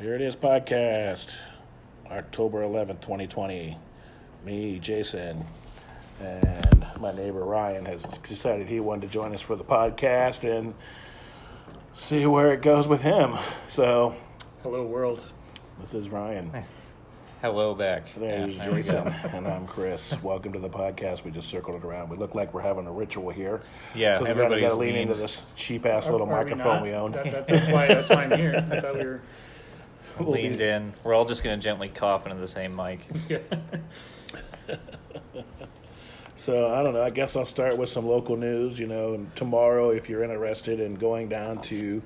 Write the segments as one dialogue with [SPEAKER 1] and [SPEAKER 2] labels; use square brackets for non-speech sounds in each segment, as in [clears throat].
[SPEAKER 1] Here it is, podcast, October 11th, 2020. Me, Jason, and my neighbor Ryan has decided he wanted to join us for the podcast and see where it goes with him. So,
[SPEAKER 2] Hello, world.
[SPEAKER 1] this is Ryan.
[SPEAKER 3] Hello back.
[SPEAKER 1] There's
[SPEAKER 3] Yeah, there we
[SPEAKER 1] Jason,
[SPEAKER 3] go.
[SPEAKER 1] and I'm Chris. Welcome to the podcast. We just circled it around. We look like we're having a ritual here.
[SPEAKER 3] Yeah,
[SPEAKER 1] 'Cause we gotta-
[SPEAKER 3] everybody's
[SPEAKER 1] gotta lean into
[SPEAKER 3] memes.
[SPEAKER 1] this cheap ass
[SPEAKER 2] Are-
[SPEAKER 1] little
[SPEAKER 2] are we
[SPEAKER 1] microphone
[SPEAKER 2] not?
[SPEAKER 1] we own.
[SPEAKER 2] That, that- that's why. That's why I'm here. I thought we
[SPEAKER 3] [laughs]
[SPEAKER 2] were.
[SPEAKER 1] We'll be-
[SPEAKER 3] leaned in. We're all just gonna gently cough into the same mic.
[SPEAKER 2] Yeah.
[SPEAKER 1] So I don't know. I guess I'll start with some local news. You know, and tomorrow, if you're interested in going down to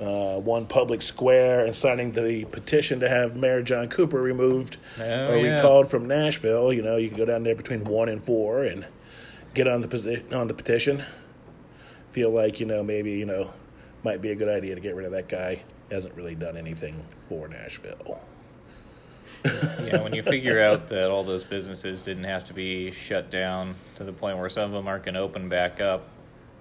[SPEAKER 1] uh, one public square and signing the petition to have Mayor John Cooper removed
[SPEAKER 3] Oh,
[SPEAKER 1] or
[SPEAKER 3] yeah.
[SPEAKER 1] recalled from Nashville, you know, you can go down there between one and four and get on the posi- on the petition. Feel like you know maybe you know might be a good idea to get rid of that guy. Hasn't really done anything for Nashville.
[SPEAKER 3] Yeah, when you figure out that all those businesses didn't have to be shut down to the point where some of them aren't gonna open back up,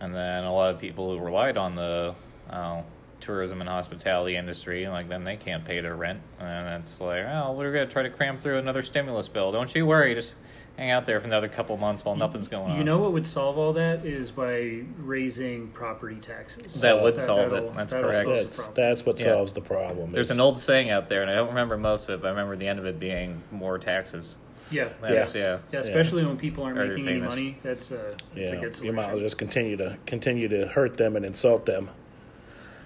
[SPEAKER 3] and then a lot of people who relied on the uh, tourism and hospitality industry, like then they can't pay their rent, and it's like, oh, we're gonna try to cram through another stimulus bill. Don't you worry, just hang out there for another couple months while nothing's going on.
[SPEAKER 2] You know what would solve all that is by raising property taxes.
[SPEAKER 3] That would solve it.
[SPEAKER 2] that'll-
[SPEAKER 3] That's
[SPEAKER 2] that'll
[SPEAKER 3] correct.
[SPEAKER 2] solve the
[SPEAKER 1] That's
[SPEAKER 2] problem.
[SPEAKER 1] that's what
[SPEAKER 3] Yeah.
[SPEAKER 1] solves the problem.
[SPEAKER 3] There's
[SPEAKER 1] is-
[SPEAKER 3] an old saying out there, and I don't remember most of it, but I remember the end of it being more taxes.
[SPEAKER 2] Yeah. yeah.
[SPEAKER 3] That's yeah.
[SPEAKER 2] Especially when people aren't
[SPEAKER 3] Already
[SPEAKER 2] making any
[SPEAKER 3] famous.
[SPEAKER 2] money. That's a. That's a
[SPEAKER 1] Yeah,
[SPEAKER 2] good
[SPEAKER 1] you might as well
[SPEAKER 2] solution.
[SPEAKER 1] just continue to continue to hurt them and insult them,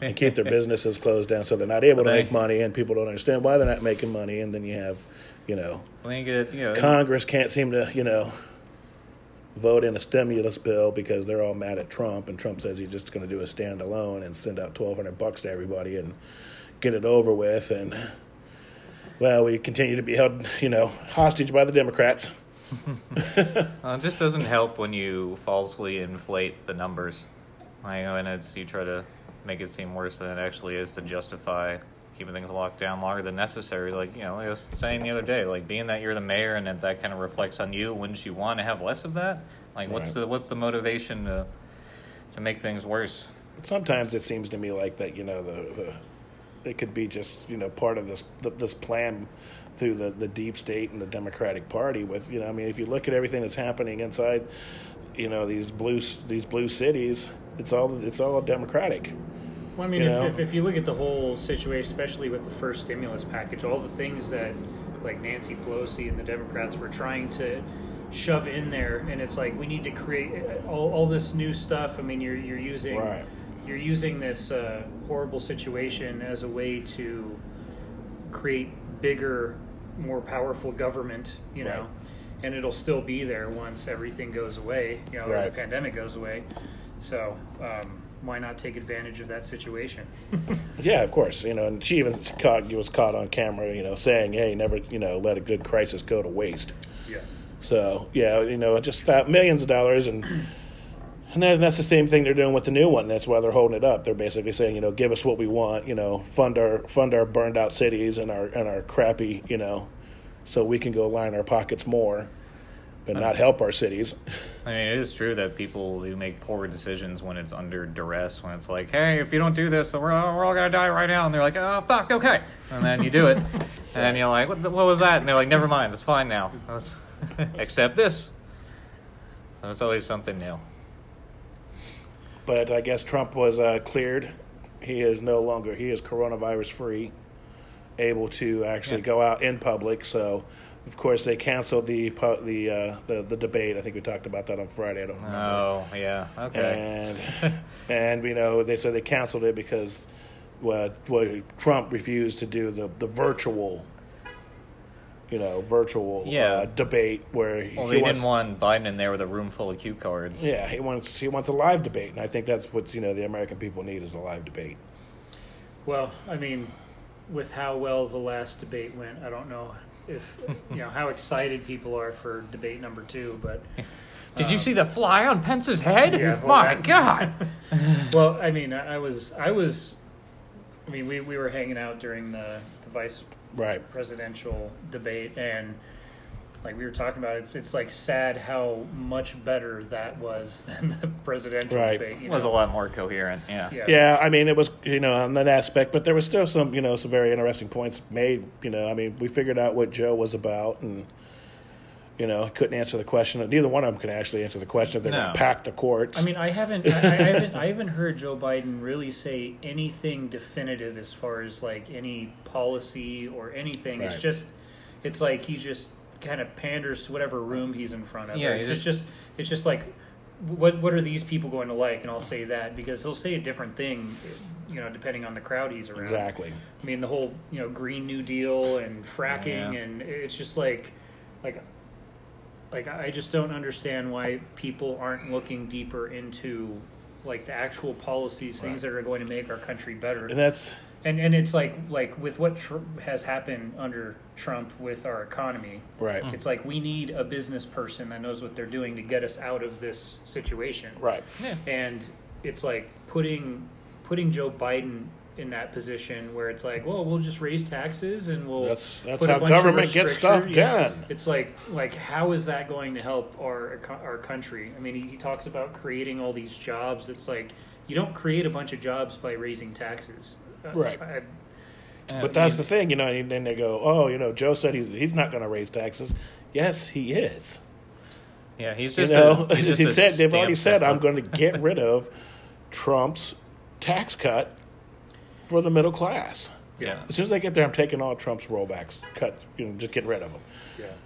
[SPEAKER 1] and keep their businesses closed down so they're not able to
[SPEAKER 3] They-
[SPEAKER 1] make money, and people don't understand why they're not making money, and then you have, you know,
[SPEAKER 3] Well, you get, you know,
[SPEAKER 1] Congress can't seem to, you know, vote in a stimulus bill because they're all mad at Trump, and Trump says he's just going to do a standalone and send out twelve hundred bucks to everybody and get it over with, and well, we continue to be held, you know, hostage by the Democrats.
[SPEAKER 3] uh, it just doesn't help when you falsely inflate the numbers. I know, and it's you try to make it seem worse than it actually is to justify keeping things locked down longer than necessary. Like you know, like I was saying the other day, like being that you're the mayor and that that kind of reflects on you. Wouldn't you want to have less of that? Like, what's
[SPEAKER 1] Right.
[SPEAKER 3] the what's the motivation to to make things worse?
[SPEAKER 1] Sometimes it seems to me like that, you know, the, the it could be just you know part of this th- this plan through the the deep state and the Democratic Party. With you know, I mean, if you look at everything that's happening inside, you know, these blue c- these blue cities, it's all it's all Democratic.
[SPEAKER 2] Well, I mean,
[SPEAKER 1] you
[SPEAKER 2] if,
[SPEAKER 1] know?
[SPEAKER 2] if, if you look at the whole situation, especially with the first stimulus package, all the things that like Nancy Pelosi and the Democrats were trying to shove in there, and it's like we need to create all, all this new stuff. I mean, you're you're using
[SPEAKER 1] Right.
[SPEAKER 2] you're using this uh, horrible situation as a way to create bigger, more powerful government. You know.
[SPEAKER 1] Right.
[SPEAKER 2] And it'll still be there once everything goes away, you know, or the
[SPEAKER 1] Right.
[SPEAKER 2] pandemic goes away. So um, why not take advantage of that situation?
[SPEAKER 1] [laughs] Yeah, of course, you know, and she even caught was caught on camera, you know, saying, "Hey, never, you know, let a good crisis go to waste."
[SPEAKER 2] yeah.
[SPEAKER 1] So yeah, you know, just that millions of dollars, and and then that's the same thing they're doing with the new one. That's why they're holding it up. They're basically saying, you know, give us what we want, you know, fund our fund our burned out cities and our and our crappy, you know, so we can go line our pockets more, and not help our cities. [laughs]
[SPEAKER 3] I mean, it is true that people who make poor decisions when it's under duress, when it's like, hey, if you don't do this, then we're all, we're all gonna die right now, and they're like, oh fuck, okay, and then you do it, and then you're like, what, the, what was that? And they're like, never mind, it's fine now. Let's [laughs] accept this. So it's always something new.
[SPEAKER 1] But I guess Trump was uh, cleared. He is no longer he is coronavirus free, able to actually
[SPEAKER 3] Yeah.
[SPEAKER 1] go out in public. So, of course, they canceled the pu- the uh, the, the debate. I think we talked about that on Friday. I don't remember.
[SPEAKER 3] Oh yeah, okay. [laughs]
[SPEAKER 1] and and you know they said they canceled it because well, well Trump refused to do the the virtual you know virtual
[SPEAKER 3] Yeah.
[SPEAKER 1] uh, debate where
[SPEAKER 3] well,
[SPEAKER 1] he
[SPEAKER 3] they
[SPEAKER 1] wants
[SPEAKER 3] didn't want Biden in there with a room full of cue cards.
[SPEAKER 1] yeah he wants he wants a live debate and I think that's what you know the American people need is a live debate
[SPEAKER 2] Well, I mean, with how well the last debate went, I don't know if you know how excited people are for debate number two,
[SPEAKER 1] [laughs]
[SPEAKER 2] but
[SPEAKER 3] Did you see the fly on Pence's head?
[SPEAKER 2] Yeah, well,
[SPEAKER 3] My
[SPEAKER 2] that-
[SPEAKER 3] God.
[SPEAKER 2] well, I mean, I, I was, I was, I mean, we, we were hanging out during the, the vice
[SPEAKER 1] right
[SPEAKER 2] presidential debate, and like we were talking about, it's it's like sad how much better that was [laughs] than the presidential
[SPEAKER 1] Right.
[SPEAKER 2] debate. you
[SPEAKER 3] It was a
[SPEAKER 2] know?
[SPEAKER 3] lot more coherent. Yeah.
[SPEAKER 2] Yeah.
[SPEAKER 1] Yeah, I mean, it was you know on that aspect, but there was still some you know some very interesting points made. You know, I mean, we figured out what Joe was about, and you know, couldn't answer the question. Neither one of them can actually answer the question if they're going
[SPEAKER 3] No.
[SPEAKER 1] to pack the courts.
[SPEAKER 2] I mean, I haven't, I, I haven't, I haven't heard Joe Biden really say anything definitive as far as like any policy or anything. It's
[SPEAKER 1] Right.
[SPEAKER 2] just, it's like he just kind of panders to whatever room he's in front of.
[SPEAKER 3] Yeah,
[SPEAKER 2] it's
[SPEAKER 3] he's
[SPEAKER 2] just, just, it's just like, what, what are these people going to like? And I'll say that because he'll say a different thing, you know, depending on the crowd he's around.
[SPEAKER 1] exactly.
[SPEAKER 2] I mean, the whole you know Green New Deal and fracking,
[SPEAKER 3] Yeah.
[SPEAKER 2] and it's just like, like, like I just don't understand why people aren't looking deeper into like the actual policies, things that are going to make our country better.
[SPEAKER 1] And that's
[SPEAKER 2] And and it's like like with what tr- has happened under Trump with our economy,
[SPEAKER 1] right.
[SPEAKER 3] Mm-hmm.
[SPEAKER 2] it's like we need a business person that knows what they're doing to get us out of this situation
[SPEAKER 1] Right.
[SPEAKER 2] and it's like putting putting Joe Biden in that position where it's like, well, we'll just raise taxes and we'll
[SPEAKER 1] That's- that's
[SPEAKER 2] put a
[SPEAKER 1] how
[SPEAKER 2] bunch of
[SPEAKER 1] government gets stuff
[SPEAKER 2] restriction- yeah.
[SPEAKER 1] done.
[SPEAKER 2] It's like like how is that going to help our eco- our country? I mean, he, he talks about creating all these jobs. It's like you don't create a bunch of jobs by raising taxes, Uh,
[SPEAKER 1] Right.
[SPEAKER 2] I-
[SPEAKER 1] But that's the thing, you know. And then they go, "Oh, you know, Joe said he's he's not going to raise taxes." Yes, he is.
[SPEAKER 3] Yeah, he's just
[SPEAKER 1] you know, [laughs]
[SPEAKER 3] a, he's just
[SPEAKER 1] he
[SPEAKER 3] a
[SPEAKER 1] said they've
[SPEAKER 3] stamp
[SPEAKER 1] already said
[SPEAKER 3] stuffer.
[SPEAKER 1] I'm going to
[SPEAKER 3] [laughs]
[SPEAKER 1] get rid of Trump's tax cut for the middle class.
[SPEAKER 3] Yeah.
[SPEAKER 1] As soon as I get there, I'm taking all Trump's rollbacks, cut, you know, just getting rid of them.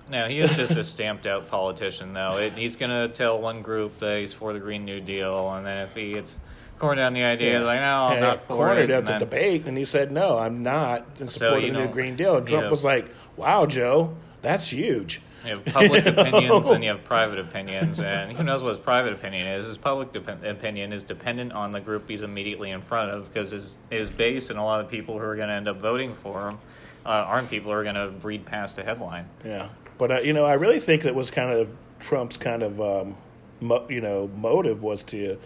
[SPEAKER 3] No, he is just a stamped out politician, though. It, he's going to tell one group that he's for the Green New Deal, and then if he gets cornered on the idea, he's like, no, I'm
[SPEAKER 1] And
[SPEAKER 3] not for
[SPEAKER 1] cornered
[SPEAKER 3] it.
[SPEAKER 1] at
[SPEAKER 3] and
[SPEAKER 1] the
[SPEAKER 3] then-
[SPEAKER 1] debate, and he said, "No, I'm not in support
[SPEAKER 3] you
[SPEAKER 1] of the new
[SPEAKER 3] know,
[SPEAKER 1] Green Deal." And Trump
[SPEAKER 3] yeah.
[SPEAKER 1] was like, "Wow, Joe, that's huge."
[SPEAKER 3] You have
[SPEAKER 1] [laughs]
[SPEAKER 3] public opinions and you have private opinions, and who knows what his private opinion is? His public dep- opinion is dependent on the group he's immediately in front of because his his base and a lot of the people who are going to end up voting for him uh, aren't people who are going to read past a headline.
[SPEAKER 1] Yeah, but uh, you know, I really think that was kind of Trump's kind of um, mo- you know motive was to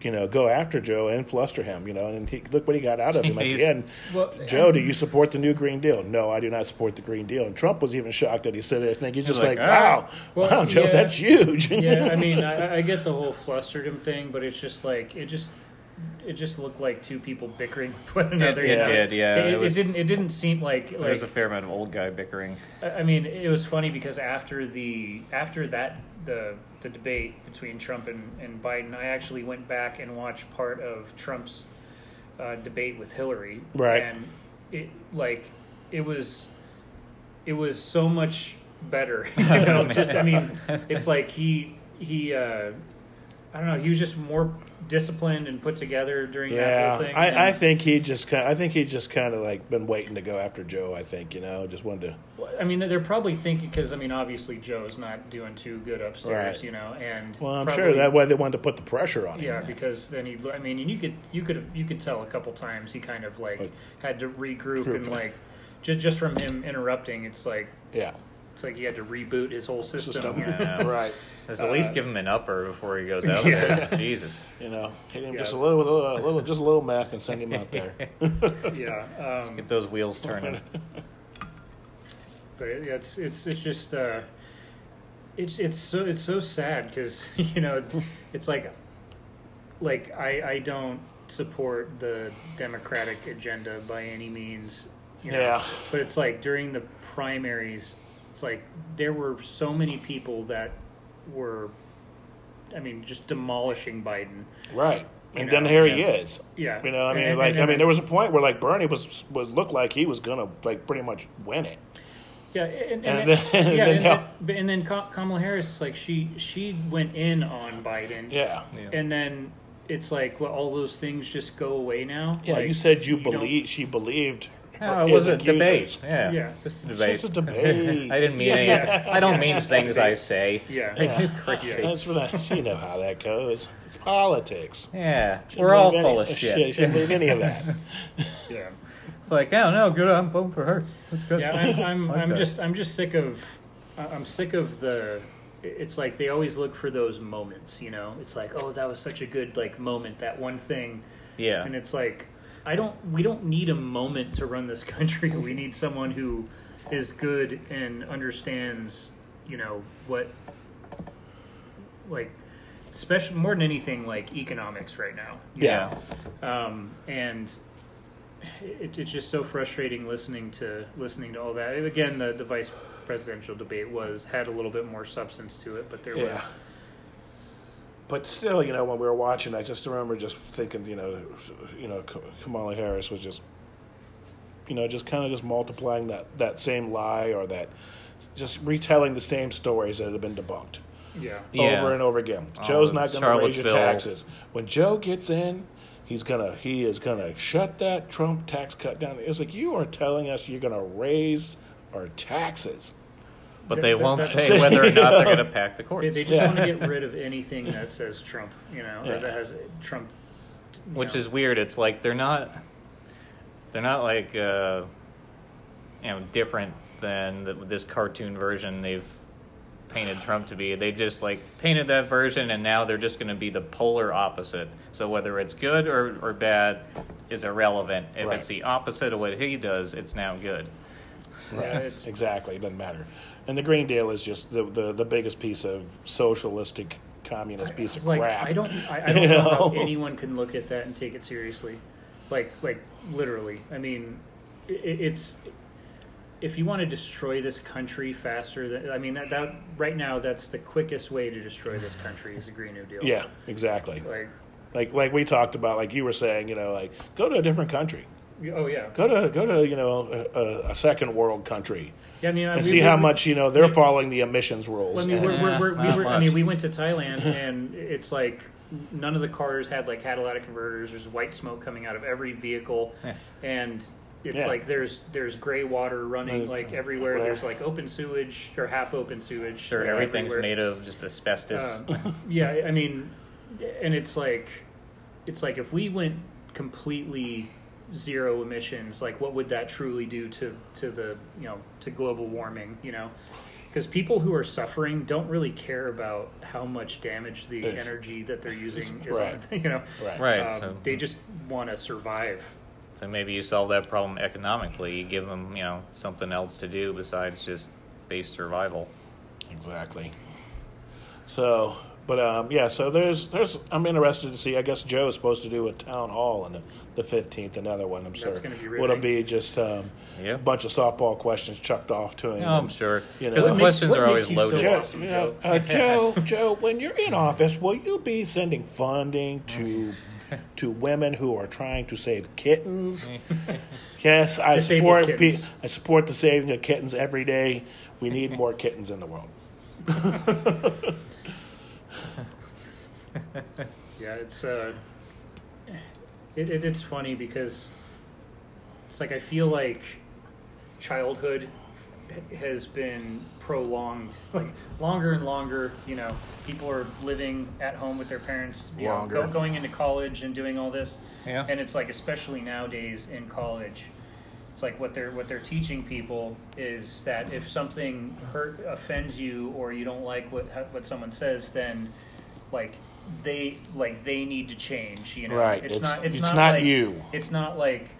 [SPEAKER 1] you know go after Joe and fluster him. You know, and he, look what he got
[SPEAKER 2] [laughs]
[SPEAKER 1] out of him at
[SPEAKER 3] He's-
[SPEAKER 1] the end.
[SPEAKER 2] Well,
[SPEAKER 1] Joe, do you support the new Green Deal? No, I do not support the Green Deal. And Trump was even shocked that he said it. I think he's just
[SPEAKER 3] like,
[SPEAKER 1] like,
[SPEAKER 3] "All right."
[SPEAKER 1] wow,
[SPEAKER 2] "Ah." Well,
[SPEAKER 1] wow, Joe,
[SPEAKER 2] yeah.
[SPEAKER 1] that's huge.
[SPEAKER 2] yeah, I mean, I, I get the whole flustered him thing, but it's just like it just it just looked like two people bickering [laughs] with one another.
[SPEAKER 3] it
[SPEAKER 2] you know?
[SPEAKER 3] did, yeah,
[SPEAKER 2] It,
[SPEAKER 3] it
[SPEAKER 2] it
[SPEAKER 3] was-
[SPEAKER 2] didn't. It didn't seem like like.
[SPEAKER 3] There's a fair amount of old guy bickering.
[SPEAKER 2] I I mean, it was funny because after the after that the the debate between Trump and, and Biden, I actually went back and watched part of Trump's uh, debate with Hillary.
[SPEAKER 1] Right.
[SPEAKER 2] And it like it was it was so much better. [laughs]
[SPEAKER 1] [laughs]
[SPEAKER 2] You know, just, I mean, it's like he he uh, I don't know. He was just more disciplined and put together during
[SPEAKER 1] [laughs]
[SPEAKER 2] that
[SPEAKER 1] Yeah,
[SPEAKER 2] whole thing.
[SPEAKER 1] I, I
[SPEAKER 2] and-
[SPEAKER 1] think he just kind. I think he just kind of like been waiting to go after Joe. I think you know, just wanted to.
[SPEAKER 2] Well, I mean, they're probably thinking because I mean, obviously Joe's not doing too good upstairs,
[SPEAKER 1] Right.
[SPEAKER 2] you know, and
[SPEAKER 1] Well, I'm sure
[SPEAKER 2] probably-
[SPEAKER 1] that way they wanted to put the pressure on him.
[SPEAKER 2] Yeah, because then he, I mean, and you could, you could, you could tell a couple times he kind of like
[SPEAKER 1] Like-
[SPEAKER 2] had to regroup
[SPEAKER 1] Group.
[SPEAKER 2] and like just just from him interrupting, it's like
[SPEAKER 1] Yeah,
[SPEAKER 2] it's like he had to reboot his whole system.
[SPEAKER 1] [laughs] System.
[SPEAKER 2] you know? [laughs]
[SPEAKER 3] Yeah.
[SPEAKER 1] right.
[SPEAKER 3] Just at least give him an upper before he
[SPEAKER 1] [laughs]
[SPEAKER 3] goes out
[SPEAKER 2] Yeah.
[SPEAKER 3] there. Jesus.
[SPEAKER 1] You know, hit him
[SPEAKER 2] Yeah.
[SPEAKER 1] just a little, with a little, a little, just a little meth, and send him out
[SPEAKER 3] [laughs]
[SPEAKER 1] there. [laughs]
[SPEAKER 2] yeah. Um,
[SPEAKER 3] Get those wheels turning.
[SPEAKER 2] But it- it's it's it's just uh, it's it's so it's so sad because [laughs] you know it's like like I I don't support the Democratic agenda by any means. You know?
[SPEAKER 1] Yeah.
[SPEAKER 2] But it's like during the primaries, it's like there were so many people that were, I mean, just demolishing Biden.
[SPEAKER 1] Right.
[SPEAKER 2] You
[SPEAKER 1] And
[SPEAKER 2] know,
[SPEAKER 1] then here he
[SPEAKER 3] yeah.
[SPEAKER 1] is.
[SPEAKER 2] Yeah.
[SPEAKER 1] You know, I
[SPEAKER 2] And-
[SPEAKER 1] mean,
[SPEAKER 2] and-
[SPEAKER 1] like,
[SPEAKER 2] and-
[SPEAKER 1] I mean, there was a point where like Bernie was was looked like he was gonna like pretty much win it.
[SPEAKER 2] Yeah, and,
[SPEAKER 1] And
[SPEAKER 2] and,
[SPEAKER 1] then- [laughs]
[SPEAKER 2] yeah,
[SPEAKER 1] then
[SPEAKER 2] and,
[SPEAKER 1] now-
[SPEAKER 2] then, and then Ka- Kamala Harris, like she she went in on Biden.
[SPEAKER 1] Yeah.
[SPEAKER 3] Yeah.
[SPEAKER 2] and then it's like well, all those things just go away now.
[SPEAKER 1] Yeah.
[SPEAKER 2] Like,
[SPEAKER 1] you said you,
[SPEAKER 2] don't-
[SPEAKER 1] believe she believed.
[SPEAKER 3] Oh, it
[SPEAKER 1] his
[SPEAKER 3] was a
[SPEAKER 1] accusers.
[SPEAKER 3] debate. Yeah.
[SPEAKER 2] Yeah.
[SPEAKER 3] It's just a
[SPEAKER 1] It's
[SPEAKER 3] debate.
[SPEAKER 1] just a debate.
[SPEAKER 3] [laughs] I didn't mean any. I don't mean things I say.
[SPEAKER 2] [laughs] Yeah.
[SPEAKER 3] Crazy. Yeah.
[SPEAKER 1] That's what I, you know how that goes. It's politics.
[SPEAKER 3] We're all
[SPEAKER 1] Believe [laughs] any-
[SPEAKER 3] full of
[SPEAKER 1] You
[SPEAKER 3] shit.
[SPEAKER 1] shouldn't believe any of that.
[SPEAKER 2] yeah,
[SPEAKER 3] It's like, oh no, good. I'm voting for her. That's good.
[SPEAKER 2] yeah. I'm I'm,
[SPEAKER 3] Like
[SPEAKER 2] I'm
[SPEAKER 3] that.
[SPEAKER 2] just I'm just sick of I- I'm sick of the. It's like they always look for those moments, you know. It's like, oh, that was such a good like moment, that one thing,
[SPEAKER 3] Yeah.
[SPEAKER 2] and it's like, I don't. We don't need a [laughs] moment to run this country. We need someone who is good and understands you know what like especially more than anything like economics right now you
[SPEAKER 1] Yeah.
[SPEAKER 2] know? um, and it, it's just so frustrating listening to listening to all that And again the, the vice presidential debate was had a little bit more substance to it but there
[SPEAKER 1] Yeah. But still, you know, when we were watching, I just remember just thinking, you know, you know, Ka- Kamala Harris was just, you know, just kind of just multiplying that that same lie or that, just retelling the same stories that had been debunked
[SPEAKER 2] was yeah
[SPEAKER 3] Yeah. Um,
[SPEAKER 1] over and over again. Joe's not going to raise your
[SPEAKER 3] Charlottesville.
[SPEAKER 1] taxes. When Joe gets in, he's gonna he is gonna shut that Trump tax cut down. It's like you are telling us you're going to raise our taxes.
[SPEAKER 3] But
[SPEAKER 2] That-
[SPEAKER 3] they
[SPEAKER 2] that-
[SPEAKER 3] won't
[SPEAKER 2] that's-
[SPEAKER 3] say whether or not they're
[SPEAKER 2] [laughs]
[SPEAKER 1] Yeah.
[SPEAKER 3] going to pack the
[SPEAKER 2] they,
[SPEAKER 3] courts,
[SPEAKER 2] they just
[SPEAKER 1] Yeah.
[SPEAKER 2] want to get rid of anything that says Trump you know
[SPEAKER 1] Yeah.
[SPEAKER 2] or that has Trump you
[SPEAKER 3] which
[SPEAKER 2] know.
[SPEAKER 3] is weird. It's like they're not they're not like uh, you know different than the, this cartoon version they've painted Trump to be. They just like painted that version, and now they're just going to be the polar opposite. So whether it's good or, or bad is irrelevant. If
[SPEAKER 1] Right.
[SPEAKER 3] it's the opposite of what he does, it's now good.
[SPEAKER 2] Yeah, it's-
[SPEAKER 1] Exactly, it doesn't matter. And the Green Deal is just the the, the biggest piece of socialistic communist piece of
[SPEAKER 2] like
[SPEAKER 1] crap.
[SPEAKER 2] I don't I, I
[SPEAKER 1] [laughs]
[SPEAKER 2] don't
[SPEAKER 1] You
[SPEAKER 2] know how
[SPEAKER 1] know?
[SPEAKER 2] anyone can look at that and take it seriously, like like literally. I mean, i i- it's if you want to destroy this country faster than I mean that that right now that's the quickest way to destroy this country is the Green New Deal.
[SPEAKER 1] Yeah, exactly.
[SPEAKER 2] Like
[SPEAKER 1] Like like we talked about, like you were saying, you know, like go to a different country,
[SPEAKER 2] oh yeah.
[SPEAKER 1] go to go to you know a, a, a second world country
[SPEAKER 2] Yeah, I mean, I
[SPEAKER 1] and
[SPEAKER 2] we-
[SPEAKER 1] see
[SPEAKER 2] we-
[SPEAKER 1] how
[SPEAKER 2] we-
[SPEAKER 1] much you know they're following the emissions rules.
[SPEAKER 2] I mean,
[SPEAKER 1] and-
[SPEAKER 2] we're, we're, we're, we
[SPEAKER 3] Yeah,
[SPEAKER 2] were,
[SPEAKER 3] not
[SPEAKER 2] I mean,
[SPEAKER 3] much.
[SPEAKER 2] we went to Thailand, and it's like none of the cars had like catalytic converters. There's white smoke coming out of every vehicle, and it's
[SPEAKER 1] Yeah.
[SPEAKER 2] like there's there's gray water running
[SPEAKER 1] It's-
[SPEAKER 2] like everywhere.
[SPEAKER 1] well-
[SPEAKER 2] There's like open sewage or half open sewage.
[SPEAKER 3] Sure,
[SPEAKER 2] like,
[SPEAKER 3] everything's
[SPEAKER 2] everywhere.
[SPEAKER 3] made of just asbestos. [laughs]
[SPEAKER 2] Um, yeah, I mean, and it's like, it's like if we went completely zero emissions, like what would that truly do to to the you know to global warming? You know, because people who are suffering don't really care about how much damage the
[SPEAKER 1] Ugh.
[SPEAKER 2] energy that they're using is.
[SPEAKER 1] Right.
[SPEAKER 2] On, [laughs] you know,
[SPEAKER 1] Right.
[SPEAKER 3] right.
[SPEAKER 2] Um,
[SPEAKER 3] so hmm.
[SPEAKER 2] They just want to survive.
[SPEAKER 3] So maybe you solve that problem economically. You give them, you know, something else to do besides just base survival.
[SPEAKER 1] Exactly. So, but um, yeah, so there's there's I'm interested to see. I guess Joe is supposed to do a town hall on the- the fifteenth, another one. I'm sure.
[SPEAKER 2] gonna be
[SPEAKER 1] What'll
[SPEAKER 2] riveting.
[SPEAKER 1] be just um,
[SPEAKER 3] Yeah.
[SPEAKER 1] a bunch of softball questions chucked off to him.
[SPEAKER 3] No, I'm sure.
[SPEAKER 1] You know,
[SPEAKER 3] Because
[SPEAKER 1] What
[SPEAKER 3] the
[SPEAKER 1] makes-
[SPEAKER 3] questions
[SPEAKER 2] Um, what
[SPEAKER 3] are
[SPEAKER 2] makes
[SPEAKER 3] always
[SPEAKER 2] you
[SPEAKER 3] loaded.
[SPEAKER 2] so
[SPEAKER 1] Joe,
[SPEAKER 2] Awesome,
[SPEAKER 1] you know,
[SPEAKER 2] Joe.
[SPEAKER 1] uh, Joe, Joe, when you're in office, will you be sending funding to
[SPEAKER 3] [laughs]
[SPEAKER 1] to women who are trying to save
[SPEAKER 3] [laughs]
[SPEAKER 1] kittens? yes, I
[SPEAKER 2] Disabled
[SPEAKER 1] support pe-
[SPEAKER 2] kittens.
[SPEAKER 1] I support the saving of kittens every day. We need more kittens in the world.
[SPEAKER 2] Yeah, it's uh, it, it, it's funny because it's like I feel like childhood h- has been prolonged, [laughs] like longer and longer. You know, people are living at home with their parents, you know,
[SPEAKER 1] Longer.
[SPEAKER 2] go, going into college and doing all this,
[SPEAKER 3] Yeah.
[SPEAKER 2] and it's like especially nowadays in college. It's like what they're what they're teaching people is that if something hurt offends you or you don't like what what someone says, then like they like they need to change. You know,
[SPEAKER 1] Right.
[SPEAKER 2] It's,
[SPEAKER 1] It's-
[SPEAKER 2] not it's,
[SPEAKER 1] it's
[SPEAKER 2] not,
[SPEAKER 1] not
[SPEAKER 2] like,
[SPEAKER 1] you.
[SPEAKER 2] It's not like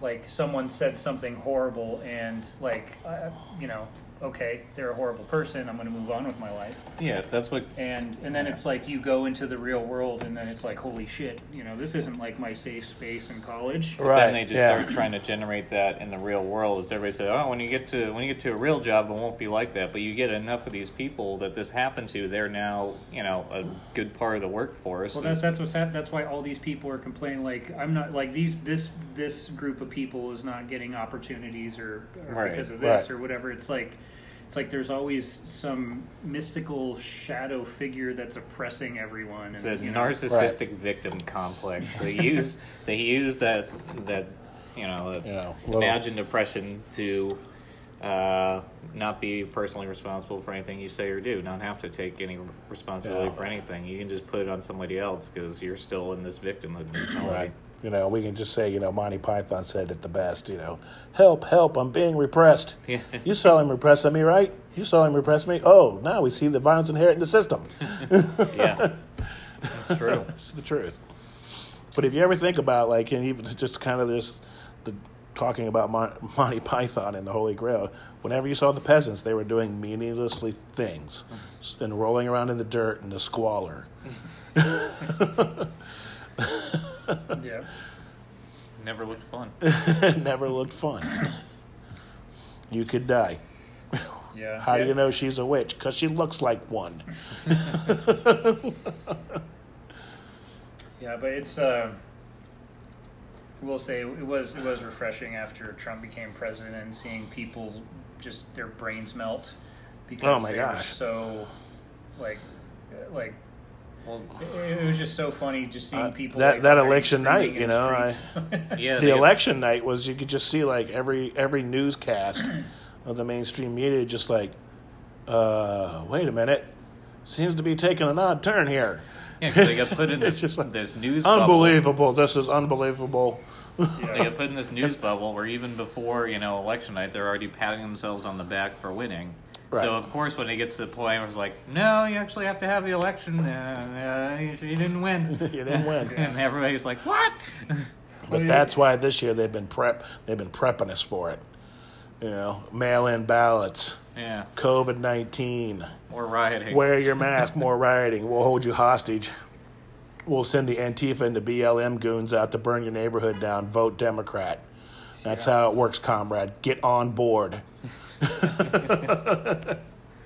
[SPEAKER 2] like someone said something horrible and like uh, you know okay they're a horrible person i'm going to move on with my life
[SPEAKER 3] Yeah, that's what.
[SPEAKER 2] and and then it's like you go into the real world and then it's like holy shit you know this isn't like my safe space in college
[SPEAKER 3] Then they just start trying to generate that in the real world. Is everybody said, "Oh, when you get to when you get to a real job, it won't be like that." But you get enough of these people that this happened to. They're now, you know, a good part of the workforce.
[SPEAKER 2] Well, that's that's what's hap- that's why all these people are complaining. Like I'm not like these this this group of people is not getting opportunities or, or
[SPEAKER 3] Right.
[SPEAKER 2] because of this
[SPEAKER 1] Right.
[SPEAKER 2] or whatever. It's like it's like there's always some mystical shadow figure that's oppressing everyone.
[SPEAKER 3] It's
[SPEAKER 2] And,
[SPEAKER 3] a
[SPEAKER 2] you know,
[SPEAKER 3] narcissistic victim
[SPEAKER 1] [laughs]
[SPEAKER 3] complex. They use they use that that you know, that
[SPEAKER 1] You know, little-
[SPEAKER 3] imagined oppression to uh, not be personally responsible for anything you say or do, not have to take any responsibility
[SPEAKER 1] Yeah.
[SPEAKER 3] for anything. You can just put it on somebody else because you're still in this victimhood mentality.
[SPEAKER 1] Right. You know, we can just say, you know, Monty Python said it the best, you know, help, help, I'm being repressed.
[SPEAKER 3] Yeah.
[SPEAKER 1] You saw him repressing me, right? You saw him repress me? Oh, now we see the violence inherent in the system. [laughs]
[SPEAKER 3] Yeah, that's true.
[SPEAKER 1] [laughs] It's the truth. But if you ever think about, like, and even just kind of this, the talking about Mon- Monty Python and the Holy Grail, whenever you saw the peasants, they were doing meaninglessly things and rolling around in the dirt and the squalor. [laughs]
[SPEAKER 2] yeah.
[SPEAKER 3] Never looked fun.
[SPEAKER 1] Never looked fun. You could die.
[SPEAKER 2] Yeah.
[SPEAKER 1] How do
[SPEAKER 2] Yeah.
[SPEAKER 1] you know she's a witch? Because she looks like one.
[SPEAKER 2] Yeah, but it's. Uh, I will say it was it was refreshing after Trump became president and seeing people just their brains melt because
[SPEAKER 1] Oh my
[SPEAKER 2] they were
[SPEAKER 1] gosh.
[SPEAKER 2] so like like
[SPEAKER 3] Well,
[SPEAKER 2] it was just so funny just seeing
[SPEAKER 1] Uh,
[SPEAKER 2] people
[SPEAKER 1] that-
[SPEAKER 2] like,
[SPEAKER 1] that
[SPEAKER 2] like,
[SPEAKER 1] election
[SPEAKER 2] screaming
[SPEAKER 1] night,
[SPEAKER 2] in
[SPEAKER 1] you
[SPEAKER 2] the
[SPEAKER 1] know,
[SPEAKER 2] streets. [laughs]
[SPEAKER 3] yeah.
[SPEAKER 1] the
[SPEAKER 3] they-
[SPEAKER 1] election night was you could just see like every every newscast of the mainstream media just like uh wait a minute seems to be taking an odd turn here
[SPEAKER 3] Yeah, 'cause they got put
[SPEAKER 1] [laughs]
[SPEAKER 3] in
[SPEAKER 1] It's
[SPEAKER 3] this,
[SPEAKER 1] just like,
[SPEAKER 3] this news bubble.
[SPEAKER 1] unbelievable this is unbelievable [laughs]
[SPEAKER 3] They
[SPEAKER 2] yeah.
[SPEAKER 3] got put in this news bubble where even before you know election night, they're already patting themselves on the back for winning.
[SPEAKER 1] Right.
[SPEAKER 3] So of course, when it gets to the point where it's like, no, you actually have to have the election. Uh, uh, you, you didn't win.
[SPEAKER 1] [laughs] You didn't win.
[SPEAKER 3] and everybody's like, what? [laughs]
[SPEAKER 1] but that's why this year they've been prep they've been prepping us for it you know mail in ballots
[SPEAKER 3] yeah,
[SPEAKER 1] covid-19
[SPEAKER 3] more rioting.
[SPEAKER 1] wear your mask more rioting we'll hold you hostage we'll send the antifa and the blm goons out to burn your neighborhood down vote democrat that's
[SPEAKER 2] Yeah.
[SPEAKER 1] how it works comrade get on board
[SPEAKER 2] Yeah,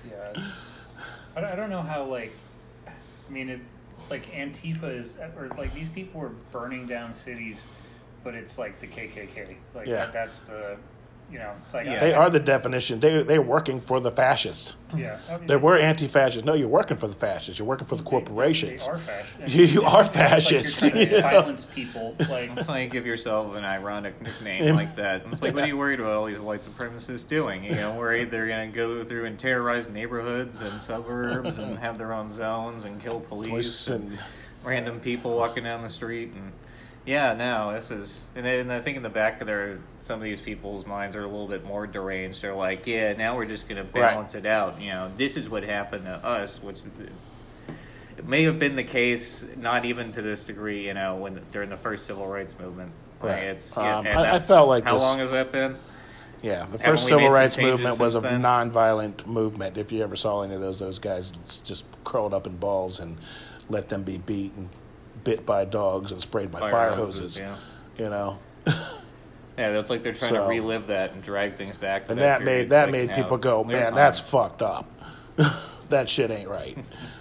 [SPEAKER 2] it's, I, don't, I don't know how like, I mean, it, it's like Antifa is, or like these people were burning down cities, but it's like the KKK. Like
[SPEAKER 1] Yeah.
[SPEAKER 2] that, that's the, you know, it's like
[SPEAKER 3] Yeah.
[SPEAKER 1] they are the definition they, they're working for the fascists
[SPEAKER 2] Yeah, I mean,
[SPEAKER 1] they were anti-fascists no you're working for the fascists you're working for the
[SPEAKER 2] they- they-
[SPEAKER 1] corporations
[SPEAKER 2] They,
[SPEAKER 1] [laughs]
[SPEAKER 2] are fascists.
[SPEAKER 1] you, you are
[SPEAKER 2] It's
[SPEAKER 1] fascists [laughs]
[SPEAKER 2] like you're trying to
[SPEAKER 1] you know?
[SPEAKER 2] silence people. Like
[SPEAKER 3] That's why you give yourself an ironic nickname like that. It's like, what are you worried about all these white supremacists doing? You know, worried they're going to go through and terrorize neighborhoods and suburbs and have their own zones and kill police
[SPEAKER 1] Voice
[SPEAKER 3] and
[SPEAKER 1] and-
[SPEAKER 3] random people walking down the street and yeah, no, this is and, then, and I think in the back of their some of these people's minds are a little bit more deranged. They're like, yeah, now we're just going to balance it out. You know, this is what happened to us, which is it may have been the case, not even to this degree, you know, when during the first civil rights movement. Like,
[SPEAKER 1] Right.
[SPEAKER 3] It's,
[SPEAKER 1] Um,
[SPEAKER 3] yeah,
[SPEAKER 1] I-
[SPEAKER 3] and
[SPEAKER 1] I
[SPEAKER 3] that's-
[SPEAKER 1] felt like
[SPEAKER 3] how
[SPEAKER 1] this-
[SPEAKER 3] long has that been?
[SPEAKER 1] yeah the
[SPEAKER 3] Haven't
[SPEAKER 1] first
[SPEAKER 3] we
[SPEAKER 1] civil
[SPEAKER 3] made some
[SPEAKER 1] rights
[SPEAKER 3] changes
[SPEAKER 1] movement was a
[SPEAKER 3] since then?
[SPEAKER 1] nonviolent movement if you ever saw any of those those guys just curled up in balls and let them be beat and bit by dogs and sprayed by fire,
[SPEAKER 3] Fire
[SPEAKER 1] hoses,
[SPEAKER 3] hoses, yeah.
[SPEAKER 1] you know
[SPEAKER 3] Yeah, that's like they're trying
[SPEAKER 1] So-
[SPEAKER 3] to relive that and drag things back. To
[SPEAKER 1] and
[SPEAKER 3] that,
[SPEAKER 1] that
[SPEAKER 3] period.
[SPEAKER 1] made
[SPEAKER 3] It's
[SPEAKER 1] that
[SPEAKER 3] like,
[SPEAKER 1] made
[SPEAKER 3] no,
[SPEAKER 1] people go,
[SPEAKER 3] their
[SPEAKER 1] man,
[SPEAKER 3] time."
[SPEAKER 1] that's fucked up. [laughs] that shit ain't
[SPEAKER 3] [laughs]
[SPEAKER 1] right.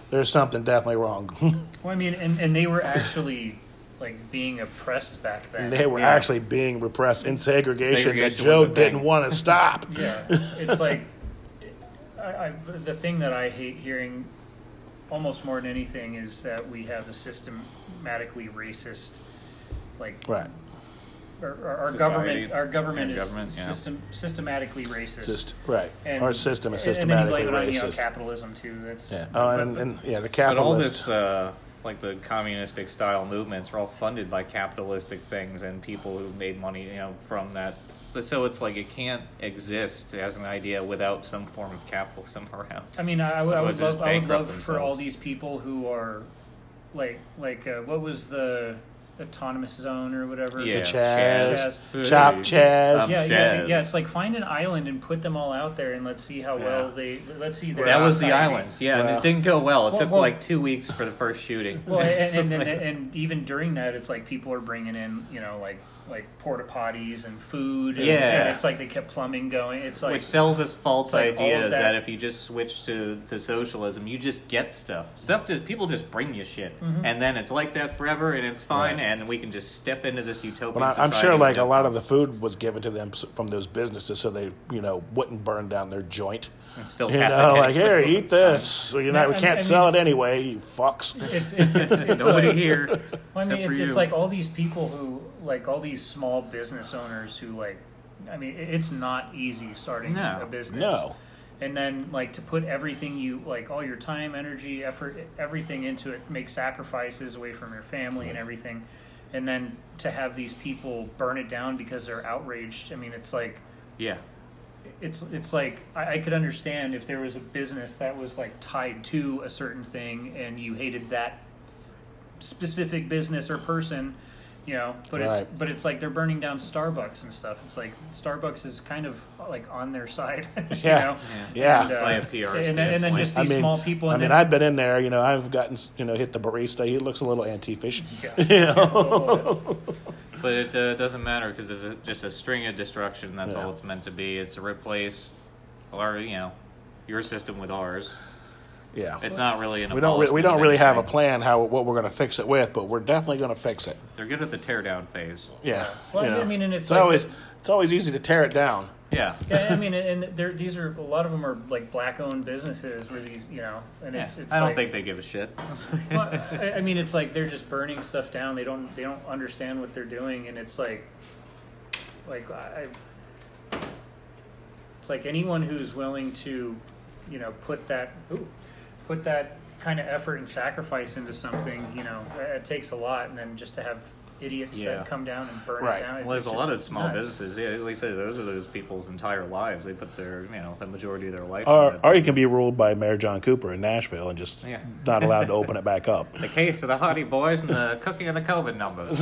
[SPEAKER 1] There's something definitely wrong. [laughs]
[SPEAKER 2] well, I mean, and, and they were actually like being oppressed back then.
[SPEAKER 1] they were
[SPEAKER 3] Yeah.
[SPEAKER 1] actually being repressed in segregation,
[SPEAKER 3] Segregation
[SPEAKER 1] that
[SPEAKER 3] was
[SPEAKER 1] Joe
[SPEAKER 3] a thing.
[SPEAKER 1] didn't want
[SPEAKER 3] [laughs]
[SPEAKER 1] to stop.
[SPEAKER 2] Yeah, it's like I, I, the thing that I hate hearing almost more than anything is that we have a systematically racist, like
[SPEAKER 1] right.
[SPEAKER 2] our, our- our
[SPEAKER 3] Society.
[SPEAKER 2] government. Our government
[SPEAKER 3] Yeah,
[SPEAKER 2] is
[SPEAKER 3] government, yeah.
[SPEAKER 2] system systematically racist.
[SPEAKER 1] Just right.
[SPEAKER 2] And-
[SPEAKER 1] Our system is
[SPEAKER 2] and-
[SPEAKER 1] systematically
[SPEAKER 2] and then you blame it on, uh, you know,
[SPEAKER 1] racist.
[SPEAKER 2] capitalism too. That's
[SPEAKER 1] Yeah. Oh, and, and yeah, the
[SPEAKER 3] But all this,
[SPEAKER 1] capitalists.
[SPEAKER 3] uh, like the communistic style movements, are all funded by capitalistic things and people who made money, you know, from that. So it's like it can't exist as an idea without some form of capitalism [laughs] around.
[SPEAKER 2] I mean, I, I would- I would love,
[SPEAKER 3] Otherwise, just
[SPEAKER 2] I would love
[SPEAKER 3] bankrupt
[SPEAKER 2] for all
[SPEAKER 3] themselves.
[SPEAKER 2] these people who are, like, like uh, what was the autonomous zone or whatever?
[SPEAKER 3] Yeah.
[SPEAKER 1] the
[SPEAKER 3] Chaz.
[SPEAKER 1] Chaz, Chop Chaz.
[SPEAKER 3] Um,
[SPEAKER 2] yeah, yeah,
[SPEAKER 3] Jazz.
[SPEAKER 2] yeah. It's like find an island and put them all out there, and let's see how well
[SPEAKER 1] Yeah.
[SPEAKER 2] they. Let's see. their
[SPEAKER 3] that was the
[SPEAKER 2] society.
[SPEAKER 3] islands, yeah, and
[SPEAKER 1] Well-
[SPEAKER 3] it didn't go well. It
[SPEAKER 2] Well,
[SPEAKER 3] took
[SPEAKER 2] well-
[SPEAKER 3] like two weeks for the first shooting.
[SPEAKER 2] Well, and, and,
[SPEAKER 3] [laughs]
[SPEAKER 2] and, and even during that, it's like people are bringing in, you know, like like porta potties and food. And,
[SPEAKER 3] Yeah.
[SPEAKER 2] and it's like they kept plumbing going. It's like
[SPEAKER 3] which sells us false
[SPEAKER 2] like all of
[SPEAKER 3] ideas that,
[SPEAKER 2] that-
[SPEAKER 3] if you just switch to, to socialism, you just get stuff. Stuff just people just bring you shit,
[SPEAKER 2] Mm-hmm.
[SPEAKER 3] and then it's like that forever, and it's fine,
[SPEAKER 1] Right.
[SPEAKER 3] and we can just step into this utopian.
[SPEAKER 1] But I, I'm
[SPEAKER 3] society
[SPEAKER 1] sure, like a
[SPEAKER 3] without
[SPEAKER 1] lot of the food was given to them s- from those businesses, so they, you know, wouldn't burn down their
[SPEAKER 2] [laughs]
[SPEAKER 1] joint.
[SPEAKER 3] It's still
[SPEAKER 1] You know,
[SPEAKER 3] pathogenic.
[SPEAKER 1] like
[SPEAKER 3] [laughs]
[SPEAKER 1] here, eat this. So you're
[SPEAKER 2] No,
[SPEAKER 1] not, we
[SPEAKER 2] I-
[SPEAKER 1] can't
[SPEAKER 2] I
[SPEAKER 1] sell
[SPEAKER 2] mean-
[SPEAKER 1] it anyway, you fucks.
[SPEAKER 2] it's it's, it's, it's
[SPEAKER 3] Nobody
[SPEAKER 2] like-
[SPEAKER 3] here.
[SPEAKER 2] [laughs] Well, I mean,
[SPEAKER 3] except for
[SPEAKER 2] it's, it's
[SPEAKER 3] you.
[SPEAKER 2] like all these people who like all these small business owners who like. I mean, it- it's not easy starting
[SPEAKER 3] No.
[SPEAKER 2] a business.
[SPEAKER 1] No.
[SPEAKER 2] And then, like, to put everything you like, all your time, energy, effort, everything into it, make sacrifices away from your family and everything, and then to have these people burn it down because they're outraged. I mean, it's like,
[SPEAKER 3] yeah,
[SPEAKER 2] it's it's like I, I could understand if there was a business that was like tied to a certain thing and you hated that specific business or person you know but it's
[SPEAKER 1] Right.
[SPEAKER 2] but it's like they're burning down starbucks and stuff it's like starbucks is kind of like on their side [laughs] you
[SPEAKER 1] Yeah.
[SPEAKER 2] know
[SPEAKER 1] Yeah.
[SPEAKER 2] and, uh,
[SPEAKER 3] By a PR
[SPEAKER 2] and, then, and then just
[SPEAKER 1] I
[SPEAKER 2] these
[SPEAKER 1] mean,
[SPEAKER 2] small people
[SPEAKER 1] I
[SPEAKER 2] and
[SPEAKER 1] mean,
[SPEAKER 2] then,
[SPEAKER 1] I've been in there. You know, I've gotten you know hit the barista. He looks a little antifish. [laughs]
[SPEAKER 2] Yeah.
[SPEAKER 1] You
[SPEAKER 2] [laughs]
[SPEAKER 1] know?
[SPEAKER 2] Oh,
[SPEAKER 3] But it uh, doesn't matter because it's a, just a string of destruction. That's
[SPEAKER 1] Yeah.
[SPEAKER 3] all it's meant to be. It's to replace our, you know, your system with ours.
[SPEAKER 1] yeah.
[SPEAKER 3] It's not really an.
[SPEAKER 1] we don't. Re- we don't really have a
[SPEAKER 3] plan.
[SPEAKER 1] plan how what we're going to fix it with, but we're definitely going to fix it.
[SPEAKER 3] They're good at the teardown phase.
[SPEAKER 1] Yeah.
[SPEAKER 2] Well,
[SPEAKER 1] you
[SPEAKER 2] I
[SPEAKER 1] know.
[SPEAKER 2] mean, and it's like-
[SPEAKER 1] always it's always easy to tear it down.
[SPEAKER 3] Yeah.
[SPEAKER 2] yeah, I mean, and and there, these are a lot of them are like black-owned businesses where these, you know, and it's,
[SPEAKER 3] Yeah.
[SPEAKER 2] it's
[SPEAKER 3] I don't
[SPEAKER 2] like-
[SPEAKER 3] think they give a shit.
[SPEAKER 2] well, I, I mean, it's like they're just burning stuff down. They don't they don't understand what they're doing, and it's like, like I, it's like anyone who's willing to, you know, put that ooh, put that kind of effort and sacrifice into something, you know, it takes a lot, and then just to have idiots
[SPEAKER 3] Yeah.
[SPEAKER 2] that come down and burn
[SPEAKER 1] Right.
[SPEAKER 2] it down.
[SPEAKER 3] Well, there's
[SPEAKER 2] it's
[SPEAKER 3] a
[SPEAKER 2] just
[SPEAKER 3] lot of small
[SPEAKER 2] nuts.
[SPEAKER 3] businesses. Yeah, like I said, those are those people's entire lives. They put their, you know, the majority of their life. on
[SPEAKER 1] Or
[SPEAKER 3] it.
[SPEAKER 1] or you can be ruled by Mayor John Cooper in Nashville and just
[SPEAKER 3] Yeah.
[SPEAKER 1] not allowed to open it back up.
[SPEAKER 3] the case of the hottie boys and the cooking of the COVID numbers.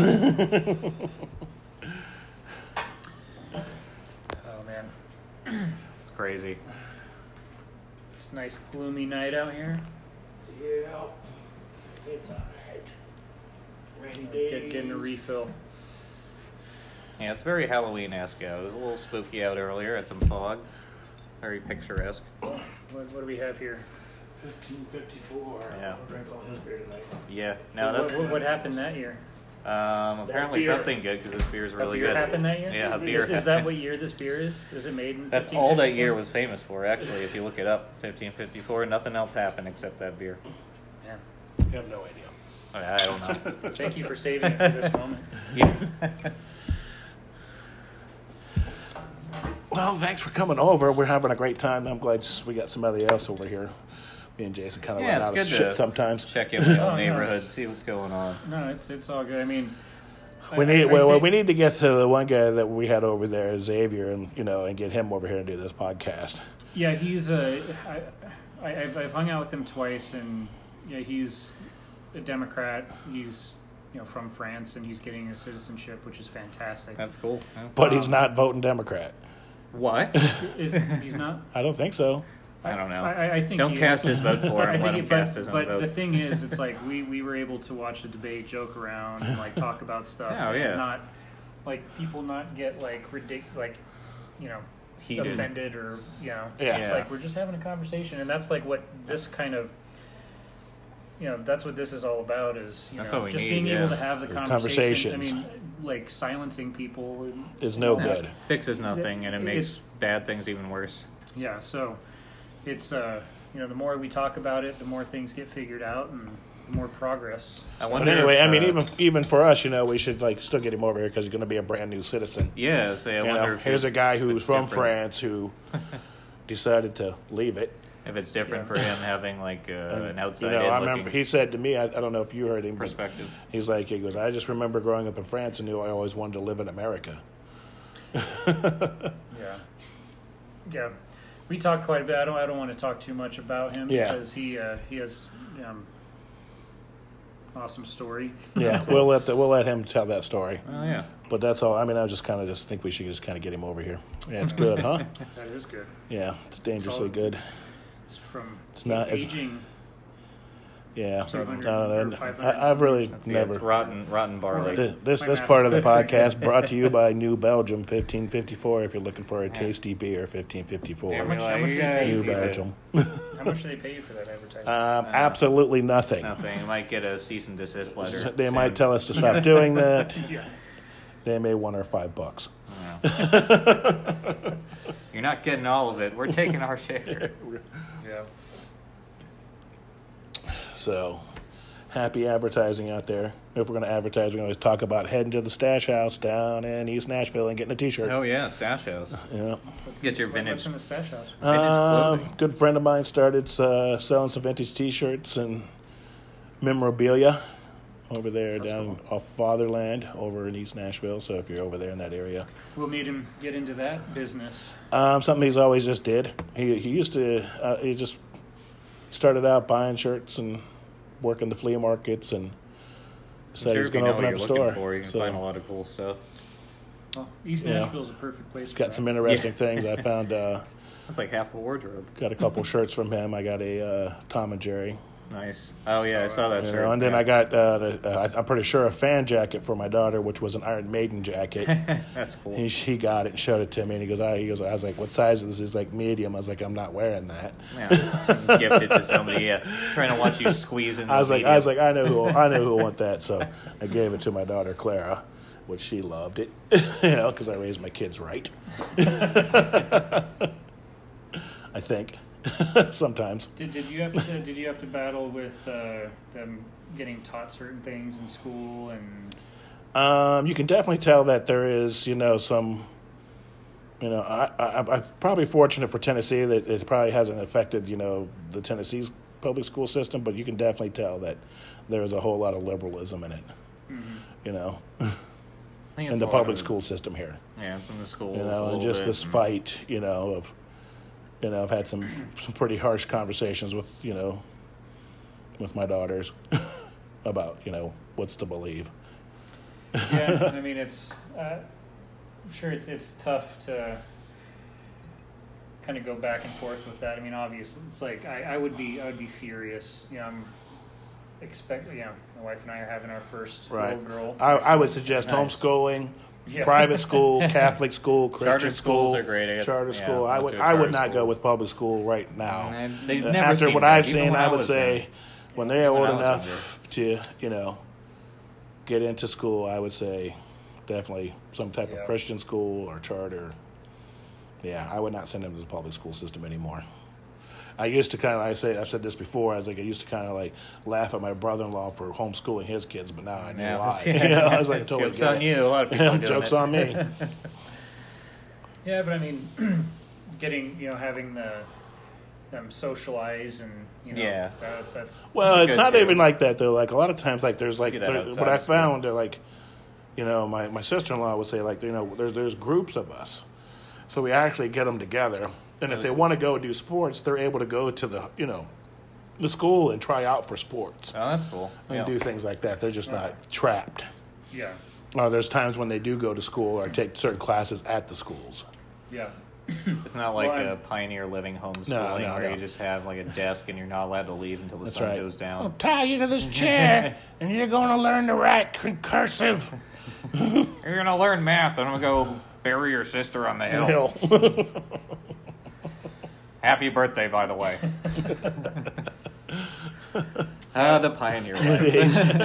[SPEAKER 2] Oh man,
[SPEAKER 3] It's crazy.
[SPEAKER 2] it's a nice gloomy night out here.
[SPEAKER 4] Yeah, it's alright. Rainy
[SPEAKER 2] Get,
[SPEAKER 4] days.
[SPEAKER 2] getting a refill.
[SPEAKER 3] Yeah, it's very Halloween esque. It was a little spooky out earlier. Had some fog. Very picturesque.
[SPEAKER 2] What, what do we have here?
[SPEAKER 4] 1554.
[SPEAKER 3] Yeah.
[SPEAKER 4] Drink all his beer tonight.
[SPEAKER 3] Yeah. No, that's
[SPEAKER 2] what, what happened that year?
[SPEAKER 3] um, apparently
[SPEAKER 4] beer.
[SPEAKER 3] something good because this beer is really
[SPEAKER 2] a beer
[SPEAKER 3] good.
[SPEAKER 2] happened that year?
[SPEAKER 3] Yeah, a
[SPEAKER 2] Is-
[SPEAKER 3] beer.
[SPEAKER 2] Is, that what year this beer is? Was it made in?
[SPEAKER 3] [laughs] That's
[SPEAKER 2] 1554?
[SPEAKER 3] all that year was famous for, actually. If you look it up, 1554, nothing else happened except that beer.
[SPEAKER 2] Yeah.
[SPEAKER 1] You have no idea.
[SPEAKER 3] I, mean, I
[SPEAKER 2] [laughs]
[SPEAKER 3] don't know.
[SPEAKER 2] Thank you for saving it for this
[SPEAKER 3] [laughs]
[SPEAKER 2] moment.
[SPEAKER 3] yeah.
[SPEAKER 1] [laughs] Well, thanks for coming over. We're having a great time. I'm glad we got somebody else over here. Me and Jason kind of run
[SPEAKER 3] Yeah, it's
[SPEAKER 1] out of
[SPEAKER 3] good
[SPEAKER 1] shit
[SPEAKER 3] to
[SPEAKER 1] sometimes.
[SPEAKER 3] Check in with the
[SPEAKER 2] Oh,
[SPEAKER 3] old
[SPEAKER 2] no.
[SPEAKER 3] neighborhood, see what's going on.
[SPEAKER 2] No, it's it's all good. I mean,
[SPEAKER 1] We
[SPEAKER 2] I-
[SPEAKER 1] need
[SPEAKER 2] I
[SPEAKER 1] well,
[SPEAKER 2] think-
[SPEAKER 1] we need to get to the one guy that we had over there, Xavier, and you know, and get him over here and do this podcast.
[SPEAKER 2] Yeah, he's a. I, I, I've I've hung out with him twice, and yeah, he's a Democrat. He's you know from France, and he's getting his citizenship, which is fantastic.
[SPEAKER 3] That's cool. Yeah.
[SPEAKER 1] But he's not voting Democrat.
[SPEAKER 3] What?
[SPEAKER 2] Is, he's not.
[SPEAKER 1] I don't think so.
[SPEAKER 3] I don't know.
[SPEAKER 2] I, I- I think
[SPEAKER 3] don't
[SPEAKER 2] he
[SPEAKER 3] cast
[SPEAKER 2] is.
[SPEAKER 3] his vote for
[SPEAKER 2] [laughs] I
[SPEAKER 3] him. Let
[SPEAKER 2] think,
[SPEAKER 3] him
[SPEAKER 2] it, but,
[SPEAKER 3] cast his own
[SPEAKER 2] but the
[SPEAKER 3] vote.
[SPEAKER 2] thing is, it's
[SPEAKER 3] [laughs]
[SPEAKER 2] like we, we were able to watch the debate, joke around, and like talk about stuff,
[SPEAKER 3] Oh,
[SPEAKER 2] and
[SPEAKER 3] yeah.
[SPEAKER 2] not like people not get like ridic like you know
[SPEAKER 3] Heated.
[SPEAKER 2] offended or you know
[SPEAKER 1] Yeah.
[SPEAKER 2] it's
[SPEAKER 3] Yeah.
[SPEAKER 2] like we're just having a conversation, and that's like what this kind of you know that's what this is all about is you
[SPEAKER 3] That's
[SPEAKER 2] know
[SPEAKER 3] what we
[SPEAKER 2] just
[SPEAKER 3] need,
[SPEAKER 2] being
[SPEAKER 3] yeah.
[SPEAKER 2] able to have the
[SPEAKER 1] Those
[SPEAKER 2] conversation. I mean,
[SPEAKER 1] conversations.
[SPEAKER 2] like silencing people. And,
[SPEAKER 1] Is no
[SPEAKER 2] Yeah.
[SPEAKER 1] good.
[SPEAKER 3] Fixes nothing, and it
[SPEAKER 2] It-
[SPEAKER 3] makes
[SPEAKER 2] it's-
[SPEAKER 3] bad things even worse.
[SPEAKER 2] Yeah, so it's uh, you know the more we talk about it, the more things get figured out and the more progress.
[SPEAKER 3] I
[SPEAKER 1] But
[SPEAKER 3] wonder
[SPEAKER 1] anyway, I
[SPEAKER 3] if,
[SPEAKER 1] mean,
[SPEAKER 3] uh,
[SPEAKER 1] even even for us, you know, we should like still get him over here because he's going to be a brand new citizen.
[SPEAKER 3] Yeah, say I
[SPEAKER 1] You
[SPEAKER 3] wonder
[SPEAKER 1] know,
[SPEAKER 3] if,
[SPEAKER 1] here's a
[SPEAKER 3] it-
[SPEAKER 1] guy who's
[SPEAKER 3] it's
[SPEAKER 1] from
[SPEAKER 3] different.
[SPEAKER 1] France who [laughs] decided to leave it.
[SPEAKER 3] if it's different
[SPEAKER 2] Yeah.
[SPEAKER 3] for him having like uh, an
[SPEAKER 1] You
[SPEAKER 3] outside
[SPEAKER 1] know, I
[SPEAKER 3] in
[SPEAKER 1] remember
[SPEAKER 3] looking
[SPEAKER 1] he said to me, I, I don't know if you heard him, but
[SPEAKER 3] perspective.
[SPEAKER 1] he's like, he goes, I just remember growing up in France and knew I always wanted to live in America.
[SPEAKER 3] [laughs]
[SPEAKER 2] Yeah, yeah. We talked quite a bit. I don't. I don't want to talk too much about him
[SPEAKER 1] Yeah.
[SPEAKER 2] because he uh, he has um, awesome story.
[SPEAKER 1] Yeah, we'll let the, we'll let him tell that story.
[SPEAKER 3] Oh yeah,
[SPEAKER 1] But that's all. I mean, I just kind of just think we should just kind of get him over here. Yeah, it's good,
[SPEAKER 3] [laughs]
[SPEAKER 1] huh?
[SPEAKER 2] [laughs] That is good.
[SPEAKER 1] Yeah, it's dangerously
[SPEAKER 2] Solid.
[SPEAKER 1] good.
[SPEAKER 2] It's from
[SPEAKER 1] It's not- it's-
[SPEAKER 2] aging.
[SPEAKER 1] Yeah, I
[SPEAKER 2] 200
[SPEAKER 1] don't know.
[SPEAKER 2] or 500
[SPEAKER 1] I, I've really
[SPEAKER 3] That's- yeah,
[SPEAKER 1] never.
[SPEAKER 3] it's rotten, rotten barley.
[SPEAKER 1] Th- This
[SPEAKER 2] My
[SPEAKER 1] this
[SPEAKER 2] math
[SPEAKER 1] part of the
[SPEAKER 2] [laughs] sucks.
[SPEAKER 1] podcast brought to you by New Belgium 1554. If you're looking for a tasty beer, 1554.
[SPEAKER 3] Damn,
[SPEAKER 2] much-
[SPEAKER 3] we're
[SPEAKER 2] how much
[SPEAKER 3] like,
[SPEAKER 2] do
[SPEAKER 3] you
[SPEAKER 2] you
[SPEAKER 3] guys
[SPEAKER 2] pay?
[SPEAKER 1] New
[SPEAKER 3] need to-
[SPEAKER 1] Belgium.
[SPEAKER 2] [laughs] How
[SPEAKER 1] [laughs]
[SPEAKER 2] much do they pay you for that advertisement?
[SPEAKER 1] Um, absolutely nothing.
[SPEAKER 3] Nothing. You might get a cease and desist letter.
[SPEAKER 1] They
[SPEAKER 3] soon.
[SPEAKER 1] might tell us to stop
[SPEAKER 2] [laughs]
[SPEAKER 1] doing that.
[SPEAKER 2] yeah.
[SPEAKER 1] They may want our five bucks. [laughs]
[SPEAKER 3] "Oh, You're not getting all of it. We're taking our
[SPEAKER 1] [laughs]
[SPEAKER 3] share.
[SPEAKER 2] Yeah.
[SPEAKER 1] So, happy advertising out there. If we're going to advertise, we're going to talk about heading to the stash house down in East Nashville and getting a T-shirt.
[SPEAKER 3] oh yeah, stash house.
[SPEAKER 1] Yeah.
[SPEAKER 2] What's
[SPEAKER 3] Get
[SPEAKER 2] in-
[SPEAKER 3] your
[SPEAKER 2] what-
[SPEAKER 3] vintage.
[SPEAKER 2] What's in the stash house?
[SPEAKER 3] Vintage
[SPEAKER 1] Uh,
[SPEAKER 3] clothing.
[SPEAKER 1] good friend of mine started uh, selling some vintage T-shirts and memorabilia over there down off Fatherland over in East Nashville. So if you're over there in that area,
[SPEAKER 2] We'll meet him. Get into that business.
[SPEAKER 1] um, something he's always just did. He he used to uh, he just started out buying shirts and working the flea markets and said
[SPEAKER 3] sure
[SPEAKER 1] he's
[SPEAKER 3] if you
[SPEAKER 1] going to
[SPEAKER 3] know
[SPEAKER 1] open up
[SPEAKER 3] what
[SPEAKER 1] a
[SPEAKER 3] you're
[SPEAKER 1] store.
[SPEAKER 3] Looking for, you can
[SPEAKER 1] so
[SPEAKER 3] find a lot of cool stuff.
[SPEAKER 2] Well, East
[SPEAKER 1] Yeah.
[SPEAKER 2] Nashville is a perfect place.
[SPEAKER 1] he's
[SPEAKER 2] for
[SPEAKER 1] got
[SPEAKER 2] that.
[SPEAKER 1] some interesting
[SPEAKER 3] Yeah.
[SPEAKER 1] things.
[SPEAKER 3] [laughs]
[SPEAKER 1] I found uh,
[SPEAKER 3] That's like half the wardrobe.
[SPEAKER 1] got a couple shirts from him. I got a uh, Tom and Jerry,
[SPEAKER 3] Nice. Oh yeah, I saw that
[SPEAKER 1] you
[SPEAKER 3] shirt.
[SPEAKER 1] know, and then
[SPEAKER 3] yeah.
[SPEAKER 1] I got uh, the, uh, I- I'm pretty sure a fan jacket for my daughter, which was an Iron Maiden jacket.
[SPEAKER 3] [laughs] That's cool.
[SPEAKER 1] He, she got it and showed it to me, and he goes, "I." He goes, "I was like, what size is this?" He's like, "Medium." I was like, "I'm not wearing that."
[SPEAKER 3] Yeah, gift it to somebody. Yeah, trying to watch you squeeze in.
[SPEAKER 1] I was
[SPEAKER 3] the
[SPEAKER 1] like,
[SPEAKER 3] medium.
[SPEAKER 1] I was like, I know who I
[SPEAKER 3] [laughs]
[SPEAKER 1] know who will want that, so I gave it to my daughter Clara, which she loved it, [laughs] you know, because I raised my kids right. [laughs] I think [laughs] sometimes.
[SPEAKER 2] Did, did you have to did you have to battle with uh, them getting taught certain things in school and
[SPEAKER 1] Um, you can definitely tell that there is, you know, some. You know, I, I, I'm probably fortunate for Tennessee that it probably hasn't affected, you know, the Tennessee's public school system, but you can definitely tell that there is a whole lot of liberalism in it,
[SPEAKER 3] Mm-hmm.
[SPEAKER 1] you know,
[SPEAKER 3] I think it's
[SPEAKER 1] in
[SPEAKER 3] a
[SPEAKER 1] the
[SPEAKER 3] lot
[SPEAKER 1] public
[SPEAKER 3] of-
[SPEAKER 1] school system here.
[SPEAKER 3] Yeah, it's in the schools.
[SPEAKER 1] you
[SPEAKER 3] a
[SPEAKER 1] know, and
[SPEAKER 3] little
[SPEAKER 1] just
[SPEAKER 3] bit. mm-hmm.
[SPEAKER 1] this
[SPEAKER 3] and-
[SPEAKER 1] fight, you know, of, you know, I've had
[SPEAKER 3] [clears throat]
[SPEAKER 1] some some pretty harsh conversations with, you know, with my daughters [laughs] about, you know, what's to believe. [laughs]
[SPEAKER 2] yeah, I mean, it's. Uh, I'm sure it's it's tough to kind of go back and forth with that. I mean, obviously, it's like I, I would be I would be furious. You know, I'm expect. You know, my wife and I are having our first little girl.
[SPEAKER 1] I, I would suggest
[SPEAKER 3] Nice.
[SPEAKER 1] homeschooling,
[SPEAKER 2] Yeah.
[SPEAKER 1] private school,
[SPEAKER 3] [laughs]
[SPEAKER 1] Catholic school, Christian
[SPEAKER 3] schools
[SPEAKER 1] school,
[SPEAKER 3] are great. I got-
[SPEAKER 1] charter
[SPEAKER 3] yeah,
[SPEAKER 1] school. I
[SPEAKER 3] went
[SPEAKER 1] would
[SPEAKER 3] to a
[SPEAKER 1] I would
[SPEAKER 3] charter
[SPEAKER 1] not go
[SPEAKER 3] school.
[SPEAKER 1] with public school right now.
[SPEAKER 3] And I've- Mm, they've
[SPEAKER 1] Uh,
[SPEAKER 3] never
[SPEAKER 1] After
[SPEAKER 3] seen
[SPEAKER 1] what
[SPEAKER 3] that,
[SPEAKER 1] I've
[SPEAKER 3] even
[SPEAKER 1] seen,
[SPEAKER 3] when
[SPEAKER 1] I
[SPEAKER 3] I
[SPEAKER 1] would
[SPEAKER 3] was
[SPEAKER 1] say when they're
[SPEAKER 3] When
[SPEAKER 1] old
[SPEAKER 3] I was
[SPEAKER 1] enough to, you know, get into school, I would say definitely some type
[SPEAKER 2] Yeah.
[SPEAKER 1] of Christian school or charter. Yeah, I would not send them to the public school system anymore. I used to kind of, I say, I've said this before. I was like, I used to kind of like laugh at my brother-in-law for homeschooling his kids, but now I know
[SPEAKER 3] Yeah, [laughs]
[SPEAKER 1] why. [laughs]
[SPEAKER 3] yeah.
[SPEAKER 1] Yeah, I was like, totally
[SPEAKER 3] Jokes
[SPEAKER 1] get
[SPEAKER 3] on
[SPEAKER 1] it.
[SPEAKER 3] you. A lot
[SPEAKER 1] [laughs]
[SPEAKER 3] of people are doing
[SPEAKER 1] Jokes
[SPEAKER 3] it. Oh,
[SPEAKER 1] on
[SPEAKER 3] [laughs]
[SPEAKER 1] me.
[SPEAKER 2] Yeah, but I mean, [clears throat] getting you know having the them socialize and you know
[SPEAKER 3] Yeah.
[SPEAKER 2] that's that's
[SPEAKER 1] Well, it's
[SPEAKER 3] Good
[SPEAKER 1] not
[SPEAKER 3] too.
[SPEAKER 1] even like that though. Like a lot of times, like there's like
[SPEAKER 3] Look at that
[SPEAKER 1] there-
[SPEAKER 3] outside
[SPEAKER 1] what I
[SPEAKER 3] of school.
[SPEAKER 1] found. They're like, you know, my, my sister in law would say like you know there's there's groups of us, so we actually get them together. And if they want to go do sports, they're able to go to the you know, the school and try out for sports
[SPEAKER 3] Oh, that's cool.
[SPEAKER 1] and
[SPEAKER 3] Yeah.
[SPEAKER 1] do things [laughs] like that. They're just not trapped.
[SPEAKER 2] yeah
[SPEAKER 1] Or there's times when they do go to school or take certain classes at the schools.
[SPEAKER 2] yeah
[SPEAKER 3] It's not like
[SPEAKER 2] Well,
[SPEAKER 3] a
[SPEAKER 2] I'm-
[SPEAKER 3] pioneer living homeschooling
[SPEAKER 1] no,
[SPEAKER 3] where
[SPEAKER 1] no.
[SPEAKER 3] you just have like a desk and you're not allowed to leave until the
[SPEAKER 1] That's
[SPEAKER 3] sun
[SPEAKER 1] right.
[SPEAKER 3] goes down.
[SPEAKER 1] I'll tie you to this
[SPEAKER 3] [laughs]
[SPEAKER 1] chair, and you're going to learn to write concursive.
[SPEAKER 3] You're gonna learn math, and I'm gonna go bury your sister
[SPEAKER 1] [laughs]
[SPEAKER 3] on the hill.
[SPEAKER 1] Hill.
[SPEAKER 3] Happy birthday, by the [laughs] way. Ah, the pioneer life. [laughs]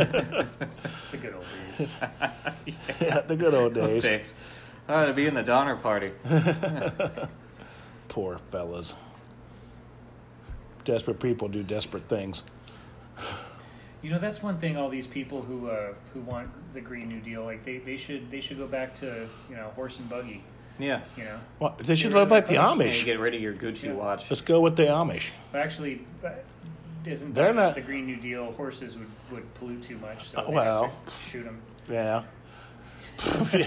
[SPEAKER 2] the good old days
[SPEAKER 1] [laughs] Yeah, the good old days.
[SPEAKER 3] Thanks. Ah, to be in the Donner Party.
[SPEAKER 1] Poor fellas. Desperate people do desperate things.
[SPEAKER 2] You know, that's one thing. All these people who uh, who want the Green New Deal, like they, they should they should go back to you know horse and buggy.
[SPEAKER 3] Yeah.
[SPEAKER 2] You know,
[SPEAKER 1] Well, they should live like the
[SPEAKER 3] And you
[SPEAKER 1] Amish.
[SPEAKER 3] get rid of your Gucci watch.
[SPEAKER 1] Let's go with the Amish.
[SPEAKER 2] but actually, but isn't
[SPEAKER 1] They're
[SPEAKER 2] the,
[SPEAKER 1] not-
[SPEAKER 2] the Green New Deal? Horses would, would pollute too much, so they
[SPEAKER 1] well.
[SPEAKER 2] have to shoot them.
[SPEAKER 3] [laughs]
[SPEAKER 1] Yeah. [laughs] we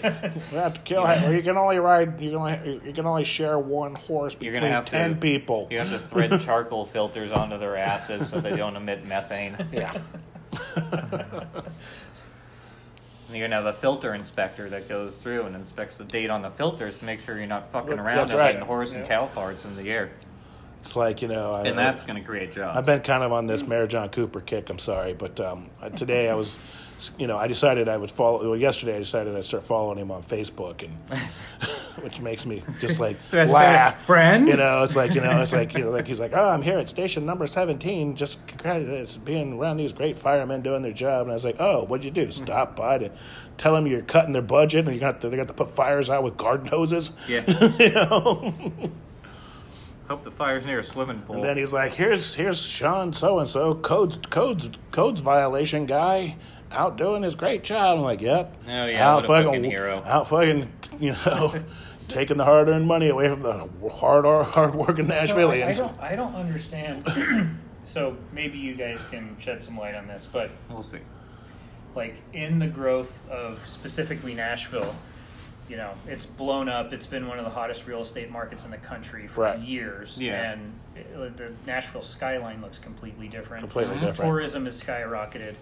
[SPEAKER 1] have to kill him. Or you can only ride. You can only, you can only share one horse
[SPEAKER 3] You're
[SPEAKER 1] between
[SPEAKER 3] gonna have to-
[SPEAKER 1] ten people.
[SPEAKER 3] You have to thread charcoal filters onto their asses so they don't emit methane. And
[SPEAKER 1] Yeah.
[SPEAKER 3] you're gonna have a filter inspector that goes through and inspects the date on the filters to make sure you're not fucking
[SPEAKER 1] That's
[SPEAKER 3] around and
[SPEAKER 1] right.
[SPEAKER 3] letting horse and
[SPEAKER 2] Yeah.
[SPEAKER 3] cow farts in the air.
[SPEAKER 1] It's like you know. I,
[SPEAKER 3] And that's gonna create jobs.
[SPEAKER 1] I've been kind of on this Mayor John Cooper kick. I'm sorry, but um, I- today I was, you know, I decided I would follow. Well, yesterday I decided I'd start following him on Facebook, and
[SPEAKER 3] [laughs]
[SPEAKER 1] which makes me just like
[SPEAKER 3] So I just
[SPEAKER 1] laugh,
[SPEAKER 3] said, "Friend?"
[SPEAKER 1] You know, it's like you know, it's like you know, like he's like, oh, I'm here at station number 17, just congratulations being around these great firemen doing their job, and I was like, oh, what'd you
[SPEAKER 3] Mm-hmm.
[SPEAKER 1] do? Stop by to tell them you're cutting their budget, and you got to, they got to put fires out with garden hoses.
[SPEAKER 3] Yeah.
[SPEAKER 1] [laughs] You know,
[SPEAKER 3] Hope the fire's near a swimming pool.
[SPEAKER 1] And then he's like, "Here's here's Sean so and so codes codes codes violation guy out doing his great job." I'm like, "Yep,
[SPEAKER 3] Oh, yeah,
[SPEAKER 1] out
[SPEAKER 3] what a fucking hero."
[SPEAKER 1] out fucking you know, [laughs] taking the hard earned money away from the hard hard working
[SPEAKER 2] So I, I
[SPEAKER 1] Nashvilleians."
[SPEAKER 2] don't I don't understand. [clears throat] so maybe you guys can shed some light on this, but
[SPEAKER 3] we'll see.
[SPEAKER 2] like in the growth of specifically Nashville, you know, it's blown up. It's been one of the hottest real estate markets in the country for
[SPEAKER 1] Right.
[SPEAKER 2] years.
[SPEAKER 3] Yeah.
[SPEAKER 2] And it, the Nashville skyline looks completely different.
[SPEAKER 1] Completely different.
[SPEAKER 2] Tourism is skyrocketed.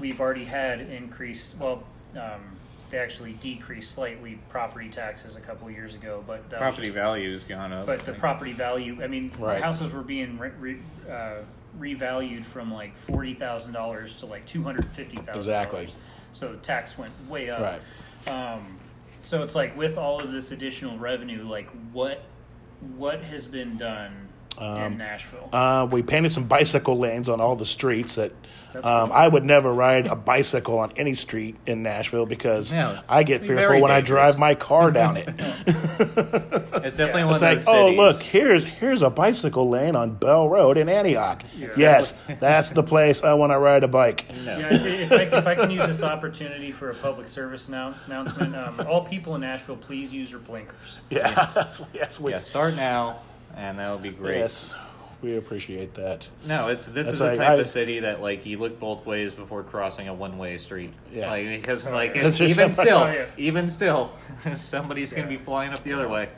[SPEAKER 2] we've already had increased, well, um, they actually decreased slightly property taxes a couple of years ago, but uh, that was
[SPEAKER 3] Property
[SPEAKER 2] just-
[SPEAKER 3] value has gone up. [laughs]
[SPEAKER 2] But the property value, I mean,
[SPEAKER 1] Right.
[SPEAKER 2] houses were being re, re, uh, revalued from like forty thousand dollars to like two hundred fifty thousand.
[SPEAKER 1] Exactly.
[SPEAKER 2] So tax went way up. Right. Um, so it's like with all of this additional revenue, like what what has been done in Nashville?
[SPEAKER 1] Uh, we painted some bicycle lanes on all the streets that
[SPEAKER 2] That's
[SPEAKER 1] um,
[SPEAKER 2] cool.
[SPEAKER 1] I would never ride a bicycle on any street in Nashville because
[SPEAKER 3] No, it's
[SPEAKER 1] I get
[SPEAKER 3] very
[SPEAKER 1] fearful when I
[SPEAKER 3] dangerous.
[SPEAKER 1] drive my car down
[SPEAKER 3] [laughs]
[SPEAKER 1] it.
[SPEAKER 3] it's definitely
[SPEAKER 2] Yeah.
[SPEAKER 3] one
[SPEAKER 1] It's
[SPEAKER 3] of
[SPEAKER 1] like,
[SPEAKER 3] those
[SPEAKER 1] oh
[SPEAKER 3] cities.
[SPEAKER 1] look, here's here's a bicycle lane on Bell Road in Antioch. Yes, that's the place I want to ride a bike.
[SPEAKER 3] No.
[SPEAKER 2] Yeah, if, if, I, if I can use this opportunity for a public service now, announcement, um, all people in Nashville, please use your blinkers.
[SPEAKER 1] Yeah, yes, we
[SPEAKER 3] Yeah, [laughs] start now, and that would be great.
[SPEAKER 1] yes, we appreciate that.
[SPEAKER 3] No, it's this
[SPEAKER 1] That's
[SPEAKER 3] is the
[SPEAKER 1] like,
[SPEAKER 3] type
[SPEAKER 1] I-
[SPEAKER 3] of city that like you look both ways before crossing a one-way street.
[SPEAKER 1] Yeah.
[SPEAKER 3] Like because like
[SPEAKER 1] That's just- [laughs]
[SPEAKER 3] even still,
[SPEAKER 2] Oh, yeah.
[SPEAKER 3] even still, [laughs] somebody's gonna be flying up the other way.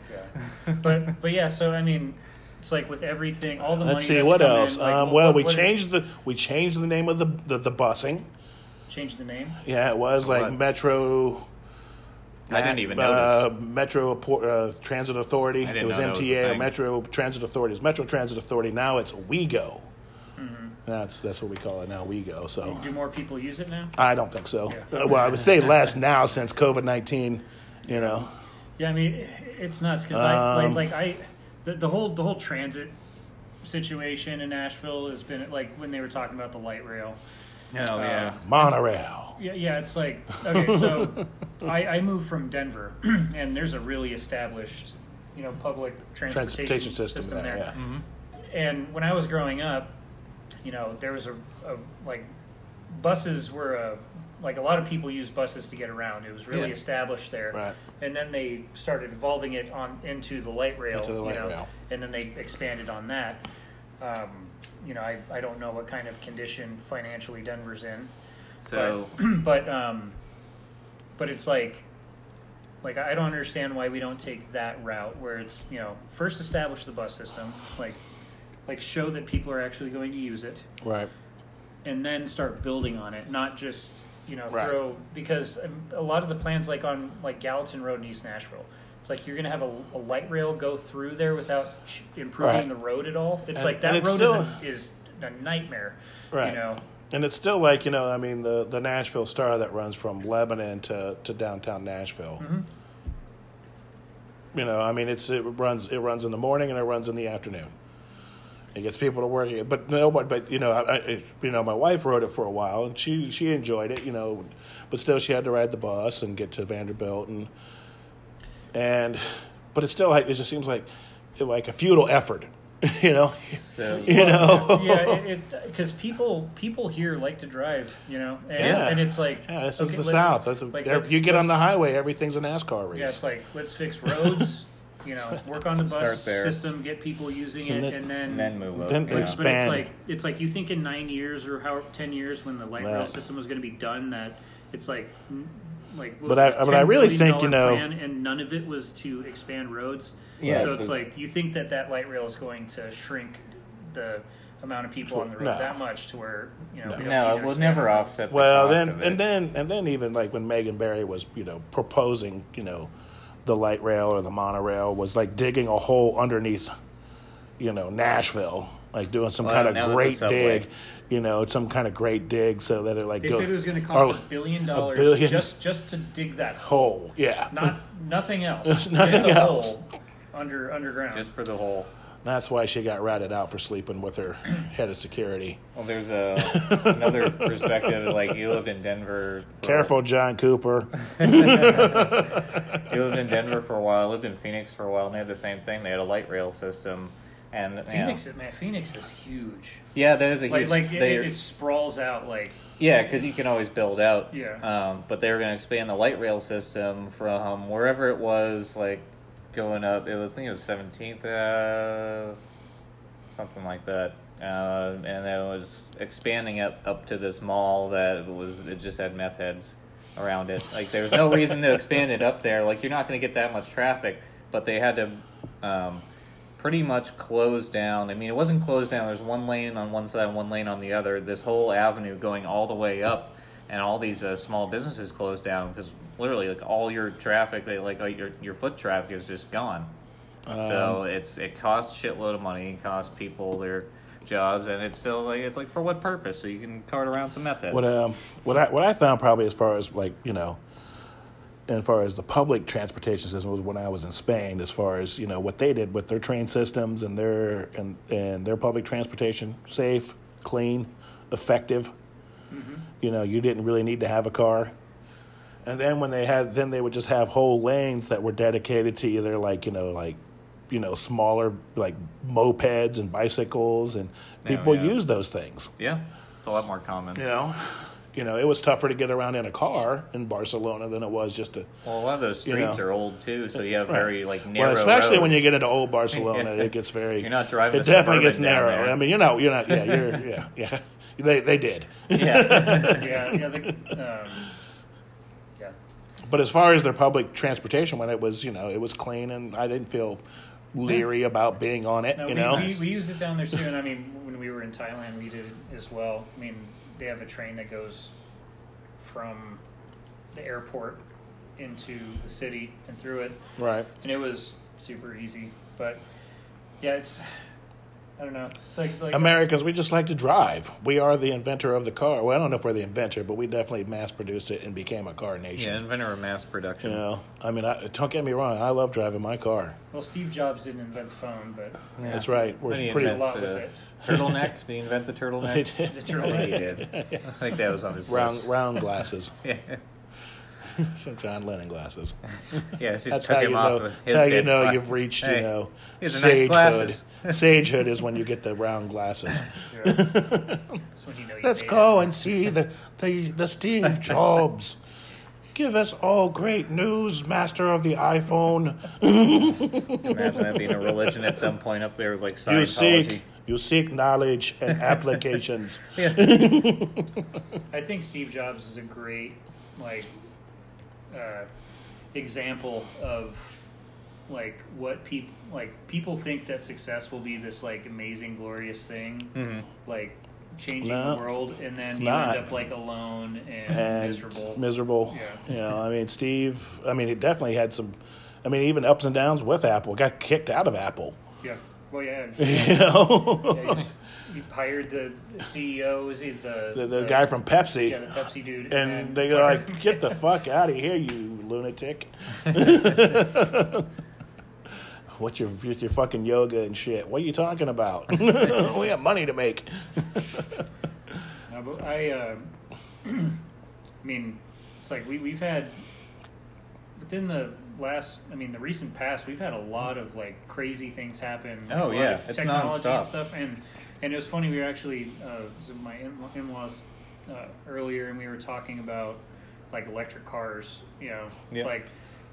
[SPEAKER 2] But but yeah, so I mean, it's like with everything, all the money.
[SPEAKER 1] Let's see
[SPEAKER 2] that's
[SPEAKER 1] what
[SPEAKER 2] come in,
[SPEAKER 1] else.
[SPEAKER 2] like,
[SPEAKER 1] um,
[SPEAKER 2] what-
[SPEAKER 1] well, we
[SPEAKER 2] what-
[SPEAKER 1] changed the we changed the name of the the, the busing.
[SPEAKER 2] changed the name.
[SPEAKER 1] Yeah, it was like
[SPEAKER 3] What?
[SPEAKER 1] Metro.
[SPEAKER 3] I didn't even
[SPEAKER 1] uh,
[SPEAKER 3] notice.
[SPEAKER 1] Metro Appor- uh, Transit Authority.
[SPEAKER 3] I didn't
[SPEAKER 1] It was
[SPEAKER 3] know that was a
[SPEAKER 1] MTA or
[SPEAKER 3] thing.
[SPEAKER 1] Metro Transit Authority. It was Metro Transit Authority. Now it's WeGo.
[SPEAKER 3] Mm-hmm.
[SPEAKER 1] That's that's what we call it now. WeGo. So
[SPEAKER 2] Do more people use it now?
[SPEAKER 1] I don't think so.
[SPEAKER 2] Yeah.
[SPEAKER 1] Uh, well, I would say less now since COVID nineteen. You know.
[SPEAKER 2] Yeah, I mean, it's nuts because I
[SPEAKER 1] Um,
[SPEAKER 2] like, like I the, the whole the whole transit situation in Nashville has been like when they were talking about the light rail.
[SPEAKER 3] No,
[SPEAKER 2] Uh,
[SPEAKER 3] yeah.
[SPEAKER 1] Monorail.
[SPEAKER 2] Yeah, yeah, it's like okay,
[SPEAKER 1] [laughs]
[SPEAKER 2] so I, I moved from Denver, [clears throat] and there's a really established, you know, public transportation,
[SPEAKER 1] Transportation system, there, Mm-hmm. yeah.
[SPEAKER 2] And when I was growing up, you know, there was a, a like buses were a like a lot of people used buses to get around. It was really
[SPEAKER 3] Yeah.
[SPEAKER 2] established there,
[SPEAKER 1] Right.
[SPEAKER 2] and then they started evolving it on into the light rail,
[SPEAKER 1] Into the light
[SPEAKER 2] you know,
[SPEAKER 1] rail.
[SPEAKER 2] and then they expanded on that. Um, you know, I, I don't know what kind of condition financially Denver's in,
[SPEAKER 3] So
[SPEAKER 2] [clears throat] but um but it's like like i don't understand why we don't take that route where it's you know first establish the bus system like like show that people are actually going to use it
[SPEAKER 1] Right.
[SPEAKER 2] and then start building on it not just you know
[SPEAKER 1] Right.
[SPEAKER 2] throw because um, a lot of the plans like on like gallatin road in east nashville it's like you're gonna have a, a light rail go through there without ch- improving
[SPEAKER 1] Right.
[SPEAKER 2] the road at all it's
[SPEAKER 1] And-
[SPEAKER 2] like
[SPEAKER 1] and
[SPEAKER 2] that
[SPEAKER 1] it's
[SPEAKER 2] road
[SPEAKER 1] still-
[SPEAKER 2] is, a, is a nightmare
[SPEAKER 1] Right.
[SPEAKER 2] you know
[SPEAKER 1] And it's still like you know, I mean, the the Nashville Star that runs from Lebanon to to downtown Nashville. You know, I mean, it's it runs it runs in the morning and it runs in the afternoon. It gets people to work, but no, but but you know, I, I it- you know, my wife rode it for a while and she she enjoyed it, you know, but still she had to ride the bus and get to Vanderbilt and and but it's still like it just seems like like a futile effort, [laughs] you know, [laughs]
[SPEAKER 3] so
[SPEAKER 1] you know, [laughs]
[SPEAKER 2] yeah, because people people here like to drive, you know, and,
[SPEAKER 1] Yeah.
[SPEAKER 2] and it's like
[SPEAKER 1] Yeah, this
[SPEAKER 2] okay,
[SPEAKER 1] is the
[SPEAKER 2] let-
[SPEAKER 1] South. That's
[SPEAKER 2] like,
[SPEAKER 1] there-
[SPEAKER 2] let's-
[SPEAKER 1] you get on the
[SPEAKER 2] let's-
[SPEAKER 1] highway, everything's a NASCAR race.
[SPEAKER 2] Yeah, it's like let's fix roads, you know, work on the bus
[SPEAKER 3] [laughs] Start there.
[SPEAKER 2] system, get people using
[SPEAKER 1] So
[SPEAKER 2] it,
[SPEAKER 1] then-
[SPEAKER 2] and then.
[SPEAKER 3] and then move up.
[SPEAKER 1] Then
[SPEAKER 3] yeah.
[SPEAKER 1] it's-
[SPEAKER 2] but it's
[SPEAKER 1] expand.
[SPEAKER 2] like it's like you think in nine years or how ten years when the light rail
[SPEAKER 1] Right.
[SPEAKER 2] system was going to be done that it's like n- like
[SPEAKER 1] But
[SPEAKER 2] what was
[SPEAKER 1] I-
[SPEAKER 2] it,
[SPEAKER 1] but I
[SPEAKER 2] $10
[SPEAKER 1] really think, you
[SPEAKER 2] billion
[SPEAKER 1] know-
[SPEAKER 2] plan, and none of it was to expand roads.
[SPEAKER 3] Yeah,
[SPEAKER 2] so it's
[SPEAKER 3] but-
[SPEAKER 2] like you think that that light rail is going to shrink the amount of people on the road
[SPEAKER 1] No.
[SPEAKER 2] that much to where you know we don't
[SPEAKER 3] no,
[SPEAKER 2] need
[SPEAKER 3] it
[SPEAKER 2] to
[SPEAKER 3] will
[SPEAKER 2] expand
[SPEAKER 3] never
[SPEAKER 2] roads.
[SPEAKER 3] offset. The
[SPEAKER 1] well,
[SPEAKER 3] cost
[SPEAKER 1] then
[SPEAKER 3] of it.
[SPEAKER 1] and then and then even like when Megan Barry was you know proposing you know the light rail or the monorail was like digging a hole underneath you know Nashville, like doing some
[SPEAKER 3] Well,
[SPEAKER 1] kind
[SPEAKER 3] now
[SPEAKER 1] of
[SPEAKER 3] that's a
[SPEAKER 1] great
[SPEAKER 3] subway.
[SPEAKER 1] dig, you know, some kind of great dig so that it like
[SPEAKER 2] They
[SPEAKER 1] go-
[SPEAKER 2] said it was going to
[SPEAKER 1] or
[SPEAKER 2] cost a billion dollars
[SPEAKER 1] Oh, billion-
[SPEAKER 2] just just to dig that hole,
[SPEAKER 1] hole, yeah. [laughs]
[SPEAKER 2] not nothing else.
[SPEAKER 1] Nothing
[SPEAKER 2] Just a
[SPEAKER 1] else.
[SPEAKER 2] hole under underground.
[SPEAKER 3] just for the whole.
[SPEAKER 1] That's why she got ratted out for sleeping with her head of security.
[SPEAKER 3] Well,
[SPEAKER 1] [laughs]
[SPEAKER 3] there's a another perspective. Like you lived in Denver. for-
[SPEAKER 1] Careful, John Cooper.
[SPEAKER 3] You lived in Denver for a while. Lived in Phoenix for a while, and they had the same thing. They had a light rail system, and you know-
[SPEAKER 2] Phoenix, man, Phoenix is huge.
[SPEAKER 3] Yeah, that is a
[SPEAKER 2] Like
[SPEAKER 3] huge.
[SPEAKER 2] like it,
[SPEAKER 3] they-
[SPEAKER 2] it sprawls out like
[SPEAKER 3] Yeah, because you can always build out.
[SPEAKER 2] Yeah.
[SPEAKER 3] Um, but they were going to expand the light rail system from wherever it was, like going up. It was, I think it was Seventeenth, uh, something like that. Uh, and then it was expanding up up to this mall that was it just had meth heads around it. Like there was no reason to expand it up there. Like you're not going to get that much traffic. But they had to. Um, pretty much closed down. I mean, it wasn't closed down. There's one lane on one side, one lane on the other. This whole avenue going all the way up and all these uh, small businesses closed down because literally like all your traffic, they like, like your your foot traffic is just gone. so
[SPEAKER 1] Um,
[SPEAKER 3] it's it costs shitload of money, it costs people their jobs, and it's still like it's like for what purpose? So you can cart around some meth heads.
[SPEAKER 1] What um what I what I found probably as far as like you know, as far as the public transportation system was when I was in Spain. As far as you know what they did with their train systems and their and and their public transportation, safe, clean, effective. You know, you didn't really need to have a car. And then when they had, then they would just have whole lanes that were dedicated to either like you know like, you know smaller like mopeds and bicycles and
[SPEAKER 3] Yeah,
[SPEAKER 1] people
[SPEAKER 3] yeah.
[SPEAKER 1] use those things.
[SPEAKER 3] Yeah, it's a lot more common.
[SPEAKER 1] You know, you know, it was tougher to get around in a car in Barcelona than it was just to.
[SPEAKER 3] Well, a lot of those
[SPEAKER 1] You
[SPEAKER 3] streets
[SPEAKER 1] know.
[SPEAKER 3] are old too, so you have very like narrow.
[SPEAKER 1] Well, especially
[SPEAKER 3] roads.
[SPEAKER 1] when you get into old Barcelona, it
[SPEAKER 3] [laughs]
[SPEAKER 1] gets very.
[SPEAKER 3] You're not driving
[SPEAKER 1] It
[SPEAKER 3] a
[SPEAKER 1] definitely gets
[SPEAKER 3] Suburban down
[SPEAKER 1] narrow.
[SPEAKER 3] there.
[SPEAKER 1] I mean, you're not. You're not. Yeah, you're. [laughs] Yeah, yeah. They they did,
[SPEAKER 3] [laughs]
[SPEAKER 1] [laughs]
[SPEAKER 3] yeah,
[SPEAKER 2] yeah, yeah, the, um, yeah.
[SPEAKER 1] but as far as their public transportation, when it was, you know, it was clean, and I didn't feel leery about being on it.
[SPEAKER 2] No,
[SPEAKER 1] you
[SPEAKER 2] we,
[SPEAKER 1] know,
[SPEAKER 2] we, we use it down there too, and I mean, when we were in Thailand, we did it as well. I mean, they have a train that goes from the airport into the city and through it,
[SPEAKER 1] right?
[SPEAKER 2] and it was super easy. But yeah, it's I don't know. It's like, like
[SPEAKER 1] Americans, we just like to drive. We are the inventor of the car. Well, I don't know if we're the inventor, but we definitely mass produced it and became a car nation.
[SPEAKER 3] yeah, inventor of mass production.
[SPEAKER 1] You know, I mean, I, don't get me wrong. I love driving my car.
[SPEAKER 2] well, Steve Jobs didn't invent the phone, but
[SPEAKER 3] Yeah.
[SPEAKER 1] That's right. We're
[SPEAKER 3] Then he
[SPEAKER 1] pretty-
[SPEAKER 2] a lot
[SPEAKER 3] invented
[SPEAKER 2] with
[SPEAKER 3] a
[SPEAKER 2] it.
[SPEAKER 3] Turtleneck? Did he invent the [laughs] turtleneck?
[SPEAKER 2] The
[SPEAKER 3] I think he
[SPEAKER 2] turtleneck.
[SPEAKER 1] [laughs]
[SPEAKER 3] did. I think that was on his
[SPEAKER 1] Round
[SPEAKER 3] list.
[SPEAKER 1] round glasses,
[SPEAKER 3] [laughs]
[SPEAKER 1] [laughs]
[SPEAKER 3] Yeah,
[SPEAKER 1] some John Lennon glasses.
[SPEAKER 3] yes, he
[SPEAKER 1] That's
[SPEAKER 3] just
[SPEAKER 1] how
[SPEAKER 3] took
[SPEAKER 1] you
[SPEAKER 3] him off.
[SPEAKER 1] know.
[SPEAKER 3] of his
[SPEAKER 1] That's how you
[SPEAKER 3] dead
[SPEAKER 1] know
[SPEAKER 3] body.
[SPEAKER 1] you've reached.
[SPEAKER 3] Hey,
[SPEAKER 1] You know,
[SPEAKER 3] these are nice
[SPEAKER 1] sagehood.
[SPEAKER 3] glasses.
[SPEAKER 1] [laughs] sagehood is when you get the round
[SPEAKER 3] [laughs]
[SPEAKER 1] glasses.
[SPEAKER 2] That's when you know you
[SPEAKER 1] Let's
[SPEAKER 2] made
[SPEAKER 1] go
[SPEAKER 2] It.
[SPEAKER 1] and see the the, the
[SPEAKER 3] [laughs]
[SPEAKER 1] Steve Jobs. Give us all great news, master of the iPhone.
[SPEAKER 3] Imagine that being a religion at some point up there, with, like
[SPEAKER 1] [laughs] You
[SPEAKER 3] Scientology.
[SPEAKER 1] seek, you seek knowledge
[SPEAKER 3] [laughs]
[SPEAKER 1] and applications.
[SPEAKER 3] Yeah.
[SPEAKER 2] I think Steve Jobs is a great like uh, example of like what people like people think that success will be this like amazing glorious thing like
[SPEAKER 1] Mm-hmm.
[SPEAKER 2] changing
[SPEAKER 1] No,
[SPEAKER 2] the world and then
[SPEAKER 1] it's
[SPEAKER 2] you
[SPEAKER 1] not.
[SPEAKER 2] end up like alone and,
[SPEAKER 1] and
[SPEAKER 2] miserable
[SPEAKER 1] miserable.
[SPEAKER 2] Yeah.
[SPEAKER 1] You know, I mean, Steve. I mean, he definitely had some. I mean, even ups and downs with Apple. Got kicked out of Apple.
[SPEAKER 2] yeah
[SPEAKER 1] [laughs]
[SPEAKER 2] well yeah,
[SPEAKER 1] You know,
[SPEAKER 2] yeah you, just- you hired the CEO is he the
[SPEAKER 1] the, the guy from Pepsi,
[SPEAKER 2] yeah the Pepsi dude
[SPEAKER 1] and they
[SPEAKER 2] go
[SPEAKER 1] go like, "Get the fuck out of here, you lunatic! [laughs] What's your with your fucking yoga and shit? What are you talking about? [laughs] we have money to make."
[SPEAKER 2] No, but I, uh, [clears throat] I mean, it's like we, we've had, within the last, I mean, the recent past, we've had a lot of like crazy things happen.
[SPEAKER 3] Oh,
[SPEAKER 2] A lot
[SPEAKER 3] yeah.
[SPEAKER 2] of
[SPEAKER 3] It's
[SPEAKER 2] technology
[SPEAKER 3] nonstop.
[SPEAKER 2] and stuff. And, and it was funny, we were actually, uh, it was my in- in-laws uh, earlier, and we were talking about like electric cars, you know, it's
[SPEAKER 3] Yeah.
[SPEAKER 2] like,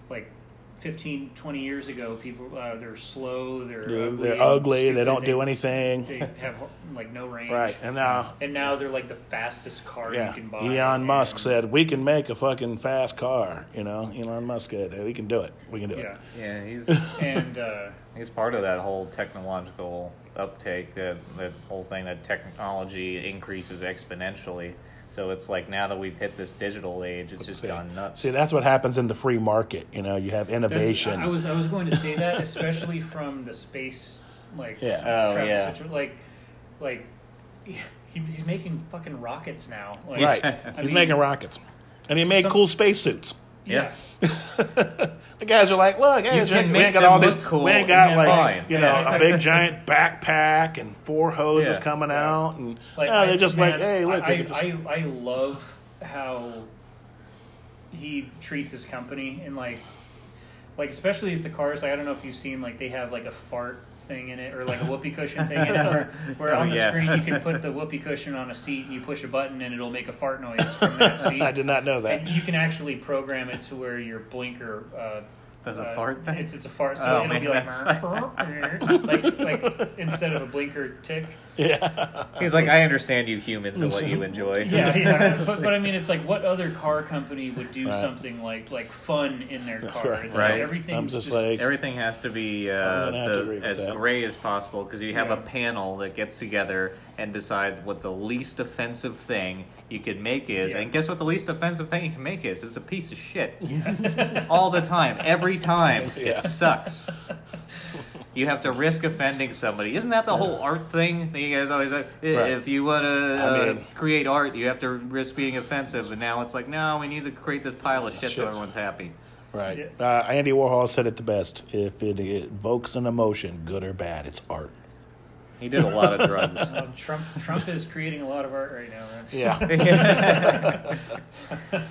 [SPEAKER 2] like, 15, 20 years ago, people uh, they're slow, they're
[SPEAKER 1] They're
[SPEAKER 2] ugly,
[SPEAKER 1] ugly. They're ugly they
[SPEAKER 2] stupid,
[SPEAKER 1] don't do
[SPEAKER 2] they-
[SPEAKER 1] anything.
[SPEAKER 2] They have like no range,
[SPEAKER 1] Right, and now
[SPEAKER 2] and now they're like the fastest car
[SPEAKER 1] Yeah,
[SPEAKER 2] you can buy.
[SPEAKER 1] Elon Musk
[SPEAKER 2] And-
[SPEAKER 1] said we can make a fucking fast car. You know, Elon Musk said we can do it. We can do
[SPEAKER 2] Yeah,
[SPEAKER 3] yeah, he's
[SPEAKER 2] and uh,
[SPEAKER 3] He's part of that whole technological uptake, that, that whole thing that technology increases exponentially. So it's like now that we've hit this digital age, it's just
[SPEAKER 1] it.
[SPEAKER 3] gone nuts.
[SPEAKER 1] See, that's what happens in the free market. You know, you have
[SPEAKER 2] that's-
[SPEAKER 1] innovation.
[SPEAKER 2] I was I was going to say that, especially from the space like
[SPEAKER 1] Yeah.
[SPEAKER 3] Oh,
[SPEAKER 2] traffic
[SPEAKER 3] yeah.
[SPEAKER 2] situ- like like he, he's making fucking rockets now. Like,
[SPEAKER 1] right.
[SPEAKER 2] [laughs] I
[SPEAKER 1] He's
[SPEAKER 2] mean,
[SPEAKER 1] making rockets, and he made
[SPEAKER 2] some-
[SPEAKER 1] cool spacesuits.
[SPEAKER 2] Yeah.
[SPEAKER 1] The guys are like, look, hey,
[SPEAKER 3] You
[SPEAKER 1] Jack,
[SPEAKER 3] can
[SPEAKER 1] we ain't
[SPEAKER 3] make
[SPEAKER 1] got all
[SPEAKER 3] them
[SPEAKER 1] this.
[SPEAKER 3] look cool
[SPEAKER 1] we ain't got
[SPEAKER 3] and
[SPEAKER 1] like
[SPEAKER 3] fine.
[SPEAKER 1] you know
[SPEAKER 2] Yeah.
[SPEAKER 1] a big giant backpack and four hoses
[SPEAKER 3] Yeah.
[SPEAKER 1] coming out, and
[SPEAKER 2] Like,
[SPEAKER 1] no,
[SPEAKER 2] I-
[SPEAKER 1] they're just like,
[SPEAKER 2] man,
[SPEAKER 1] hey, look,
[SPEAKER 2] I,
[SPEAKER 1] we can just-
[SPEAKER 2] I, I love how he treats his company and like, like especially if the cars. Like, I don't know if you've seen like they have like a fart thing in it or like a whoopee cushion thing in it, where,
[SPEAKER 3] [laughs]
[SPEAKER 2] where
[SPEAKER 3] Oh,
[SPEAKER 2] on the
[SPEAKER 3] yeah.
[SPEAKER 2] screen you can put the whoopee cushion on a seat and you push a button and it'll make a fart noise from
[SPEAKER 1] [laughs]
[SPEAKER 2] that seat.
[SPEAKER 1] I did not know that.
[SPEAKER 2] And you can actually program it to where your blinker. Uh,
[SPEAKER 3] Does a
[SPEAKER 2] uh,
[SPEAKER 3] fart thing?
[SPEAKER 2] It's, it's a fart, so
[SPEAKER 3] Oh,
[SPEAKER 2] it'll
[SPEAKER 3] man,
[SPEAKER 2] be like,
[SPEAKER 3] that's [laughs]
[SPEAKER 2] like, like instead of a blinker tick.
[SPEAKER 3] He's like, I understand you humans and
[SPEAKER 1] [laughs]
[SPEAKER 3] what you enjoy.
[SPEAKER 2] [laughs] Yeah, yeah. but, but I mean, it's like what other car company would do something like like fun in their car?
[SPEAKER 1] right.
[SPEAKER 2] It's
[SPEAKER 3] Right.
[SPEAKER 2] Like everything's
[SPEAKER 1] I'm just like,
[SPEAKER 3] Everything has to be
[SPEAKER 1] I'm
[SPEAKER 3] uh,
[SPEAKER 1] gonna have to
[SPEAKER 3] the,
[SPEAKER 1] agree with
[SPEAKER 3] as
[SPEAKER 1] that.
[SPEAKER 3] gray as possible because you have
[SPEAKER 2] Yeah.
[SPEAKER 3] a panel that gets together and decide what the least offensive thing you could make is.
[SPEAKER 2] Yeah.
[SPEAKER 3] And guess what the least offensive thing you can make is? It's a piece of shit. All the time,
[SPEAKER 1] [laughs]
[SPEAKER 3] every time.
[SPEAKER 1] Yeah.
[SPEAKER 3] It sucks. You have to risk offending somebody. Isn't that the whole art thing that you guys always like? i-
[SPEAKER 1] Right.
[SPEAKER 3] If you want to uh,
[SPEAKER 1] mean-
[SPEAKER 3] create art, you have to risk being offensive. And now it's like, no, we need to create this pile of shit
[SPEAKER 1] Oh, Shit.
[SPEAKER 3] so everyone's happy.
[SPEAKER 1] Right. Uh, Andy Warhol said it the best. If it evokes an emotion, good or bad, it's art.
[SPEAKER 3] He did a lot of drugs.
[SPEAKER 1] [laughs]
[SPEAKER 2] Um, Trump Trump is creating a lot of art right now. Man.
[SPEAKER 3] [laughs]
[SPEAKER 1] Yeah.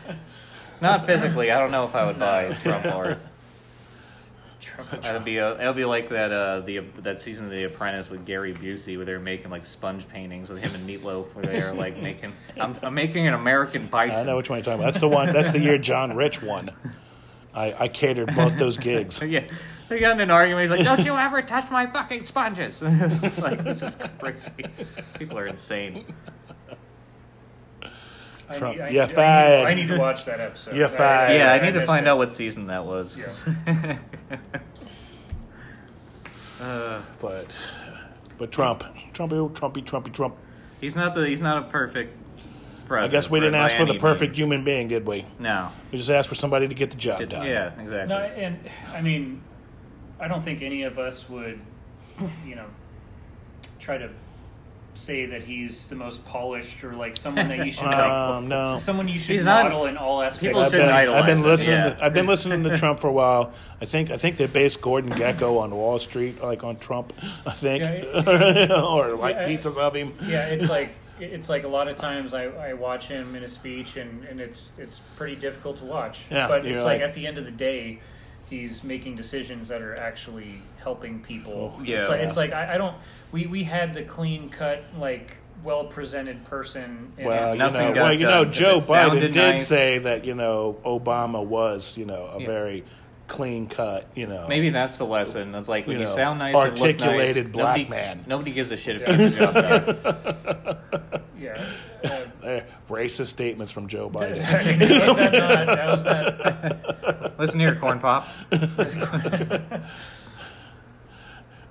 [SPEAKER 3] Not physically. I don't know if I would buy Trump art.
[SPEAKER 2] Trump,
[SPEAKER 3] That'd be uh that'd be like that uh, the that season of The Apprentice with Gary Busey where they were making like sponge paintings with him and Meatloaf where they are like making I'm, I'm making an American
[SPEAKER 1] [laughs]
[SPEAKER 3] bison.
[SPEAKER 1] I know which one you're talking about. That's the one. That's the year John Rich won. I, I catered both those gigs.
[SPEAKER 3] Yeah, they got in an argument. He's like, "Don't you ever touch my fucking sponges!" [laughs] It's like this is crazy. People are insane.
[SPEAKER 2] I
[SPEAKER 1] Trump.
[SPEAKER 2] need- I
[SPEAKER 1] You're
[SPEAKER 2] need- I need-
[SPEAKER 1] fired.
[SPEAKER 2] I need to watch that episode.
[SPEAKER 1] You're
[SPEAKER 2] I-
[SPEAKER 1] fired.
[SPEAKER 3] Yeah, I need to
[SPEAKER 2] missed
[SPEAKER 3] find
[SPEAKER 2] it.
[SPEAKER 3] out what season that was.
[SPEAKER 2] Yeah.
[SPEAKER 1] But but Trump, Trumpy, Trumpy, Trumpy, Trump.
[SPEAKER 3] [laughs] He's not the he's not a perfect.
[SPEAKER 1] I
[SPEAKER 3] President
[SPEAKER 1] guess we didn't
[SPEAKER 3] by
[SPEAKER 1] ask for the
[SPEAKER 3] any
[SPEAKER 1] perfect
[SPEAKER 3] means.
[SPEAKER 1] human being, did we?
[SPEAKER 3] No.
[SPEAKER 1] We just asked for somebody to get the job done.
[SPEAKER 3] Yeah, exactly.
[SPEAKER 2] No, and I mean, I don't think any of us would, you know, try to say that he's the most polished or like someone
[SPEAKER 1] [laughs]
[SPEAKER 2] that you should
[SPEAKER 1] Um,
[SPEAKER 2] like,
[SPEAKER 1] no.
[SPEAKER 2] someone you should
[SPEAKER 3] He's not-
[SPEAKER 2] model in all aspects.
[SPEAKER 3] People
[SPEAKER 1] I've
[SPEAKER 2] of
[SPEAKER 1] been,
[SPEAKER 3] shouldn't idolize
[SPEAKER 1] I've been
[SPEAKER 3] him,
[SPEAKER 1] listening.
[SPEAKER 3] yeah.
[SPEAKER 1] To, I've been listening to Trump for a while. I think I think they based Gordon Gecko on Wall Street, like on Trump. I think, [laughs] or like
[SPEAKER 2] Yeah, I-
[SPEAKER 1] pieces of him.
[SPEAKER 2] yeah, it's like it's like a lot of times I, I watch him in a speech and, and it's it's pretty difficult to watch.
[SPEAKER 1] Yeah,
[SPEAKER 2] but
[SPEAKER 1] you're
[SPEAKER 2] it's like,
[SPEAKER 1] like-
[SPEAKER 2] at the end of the day, he's making decisions that are actually helping people.
[SPEAKER 3] Yeah.
[SPEAKER 2] it's like,
[SPEAKER 1] Yeah.
[SPEAKER 2] it's like I, I don't. We we had the clean cut like well presented person. In
[SPEAKER 1] Well, you know,
[SPEAKER 3] Nothing got
[SPEAKER 1] well, you
[SPEAKER 3] done,
[SPEAKER 1] know,
[SPEAKER 3] but
[SPEAKER 1] Joe
[SPEAKER 3] it
[SPEAKER 1] Biden
[SPEAKER 3] sounded
[SPEAKER 1] did
[SPEAKER 3] nice.
[SPEAKER 1] say that you know Obama was you know a very clean cut, you know.
[SPEAKER 3] Maybe that's the lesson. It's like when
[SPEAKER 1] You
[SPEAKER 3] you,
[SPEAKER 1] know,
[SPEAKER 3] sound nice, and look nice,
[SPEAKER 1] articulated black
[SPEAKER 3] nobody,
[SPEAKER 1] man.
[SPEAKER 3] Nobody gives a shit if you have a job
[SPEAKER 1] [laughs]
[SPEAKER 3] done.
[SPEAKER 2] [laughs] yeah. Uh,
[SPEAKER 1] Eh, racist statements from Joe
[SPEAKER 2] was
[SPEAKER 1] Biden.
[SPEAKER 2] that not, that was not,
[SPEAKER 3] Listen here, corn pop.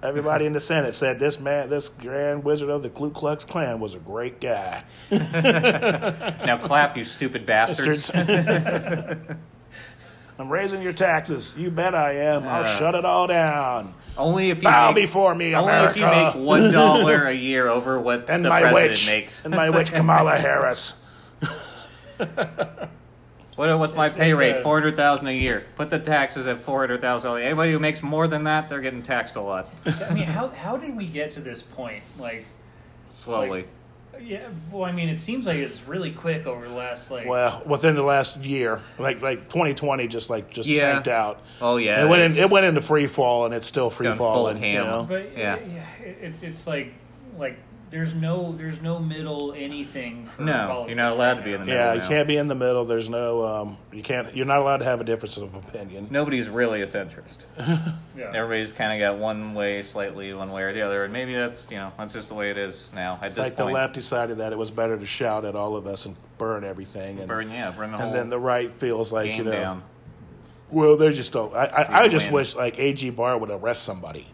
[SPEAKER 1] Everybody in the Senate said this man, this Grand Wizard of the Ku Klux Klan, was a great guy.
[SPEAKER 3] Now clap, you stupid bastards.
[SPEAKER 1] [laughs] I'm raising your taxes. You bet I am. I'll
[SPEAKER 3] Yeah.
[SPEAKER 1] shut it all down.
[SPEAKER 3] Only if you
[SPEAKER 1] Bow
[SPEAKER 3] make,
[SPEAKER 1] before me,
[SPEAKER 3] only
[SPEAKER 1] America.
[SPEAKER 3] if you make
[SPEAKER 1] [laughs]
[SPEAKER 3] one dollar a year over what
[SPEAKER 1] and
[SPEAKER 3] the
[SPEAKER 1] my
[SPEAKER 3] president
[SPEAKER 1] witch,
[SPEAKER 3] makes.
[SPEAKER 1] and my
[SPEAKER 3] [laughs]
[SPEAKER 1] witch Kamala Harris.
[SPEAKER 3] What, what's my
[SPEAKER 2] It's-
[SPEAKER 3] pay
[SPEAKER 2] it's
[SPEAKER 3] rate?
[SPEAKER 2] a-
[SPEAKER 3] Four hundred thousand a year. Put the taxes at four hundred thousand. Anybody who makes more than that, they're getting taxed a lot.
[SPEAKER 2] [laughs] I mean, how how did we get to this point? Like,
[SPEAKER 3] Slowly.
[SPEAKER 2] yeah. Well, I mean, it seems like it's really quick over the last like.
[SPEAKER 1] Well, within the last year, like like 2020, just like just
[SPEAKER 3] Yeah.
[SPEAKER 1] tanked out.
[SPEAKER 3] oh yeah.
[SPEAKER 1] it went in,
[SPEAKER 3] it's-
[SPEAKER 1] it went into free fall, and it's still free
[SPEAKER 3] gone full
[SPEAKER 1] falling. You
[SPEAKER 3] ham.
[SPEAKER 1] know?
[SPEAKER 2] But
[SPEAKER 3] Yeah.
[SPEAKER 2] yeah, it, it, it's like like there's no there's no middle anything. For
[SPEAKER 3] No,
[SPEAKER 2] politics
[SPEAKER 3] you're not allowed to be
[SPEAKER 2] right
[SPEAKER 3] in the
[SPEAKER 2] now.
[SPEAKER 1] Yeah,
[SPEAKER 3] middle
[SPEAKER 1] you
[SPEAKER 3] now.
[SPEAKER 1] can't be in the middle. There's no, um, you can't. You're not allowed to have a difference of opinion.
[SPEAKER 3] Nobody's really a centrist.
[SPEAKER 2] Yeah.
[SPEAKER 3] Everybody's kind of got one way slightly, one way or the other, and maybe that's you know that's just the way it is now. At this
[SPEAKER 1] like the
[SPEAKER 3] point,
[SPEAKER 1] left decided that it was better to shout at all of us and burn everything, and
[SPEAKER 3] burn yeah, burn the whole
[SPEAKER 1] and then the right feels like
[SPEAKER 3] game
[SPEAKER 1] you know.
[SPEAKER 3] down.
[SPEAKER 1] Well, they just don't. I I, I
[SPEAKER 3] People
[SPEAKER 1] just
[SPEAKER 3] win.
[SPEAKER 1] wish like AG Barr would arrest somebody.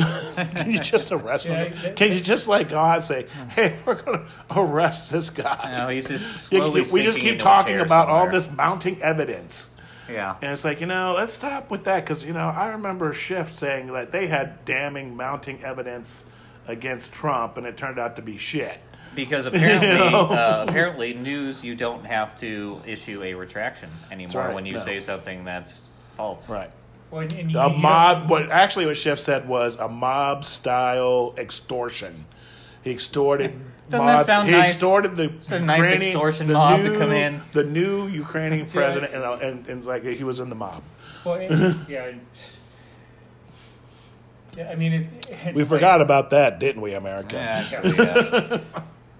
[SPEAKER 1] [laughs] Can you
[SPEAKER 3] [laughs]
[SPEAKER 1] just arrest
[SPEAKER 2] Yeah,
[SPEAKER 1] him?
[SPEAKER 2] that-
[SPEAKER 1] Can you just like God say, "Hey, we're gonna arrest this guy"?
[SPEAKER 3] No, he's just
[SPEAKER 1] You-
[SPEAKER 3] slowly.
[SPEAKER 1] we just
[SPEAKER 3] sinking
[SPEAKER 1] keep
[SPEAKER 3] into a
[SPEAKER 1] talking
[SPEAKER 3] chair
[SPEAKER 1] about all
[SPEAKER 3] somewhere.
[SPEAKER 1] this mounting evidence.
[SPEAKER 3] Yeah,
[SPEAKER 1] And it's like, you know, let's stop with that because, you know, I remember Schiff saying that they had damning, mounting evidence against Trump and it turned out to be shit. [laughs]
[SPEAKER 3] because apparently,
[SPEAKER 1] know?
[SPEAKER 3] uh, apparently, news you don't have to issue a retraction anymore
[SPEAKER 1] right,
[SPEAKER 3] when you
[SPEAKER 1] no.
[SPEAKER 3] say something that's false.
[SPEAKER 2] Well, and, and you,
[SPEAKER 1] A
[SPEAKER 2] you
[SPEAKER 1] mob, what actually what Schiff said was a mob style extortion. He extorted.
[SPEAKER 3] Doesn't that
[SPEAKER 1] mob-
[SPEAKER 3] sound
[SPEAKER 1] he
[SPEAKER 3] nice?
[SPEAKER 1] extorted the
[SPEAKER 3] a nice
[SPEAKER 1] Ukrainian-
[SPEAKER 3] extortion
[SPEAKER 1] the
[SPEAKER 3] mob to
[SPEAKER 1] new-
[SPEAKER 3] come in.
[SPEAKER 1] The new
[SPEAKER 3] [laughs]
[SPEAKER 1] Ukrainian president, and, uh, and, and like he was in the mob.
[SPEAKER 2] don't- well,
[SPEAKER 1] [laughs]
[SPEAKER 2] and- yeah. and- Yeah, I mean, it, it's
[SPEAKER 1] We
[SPEAKER 2] like-
[SPEAKER 1] forgot about that, didn't we, America? [laughs]
[SPEAKER 3] Yeah, actually, yeah.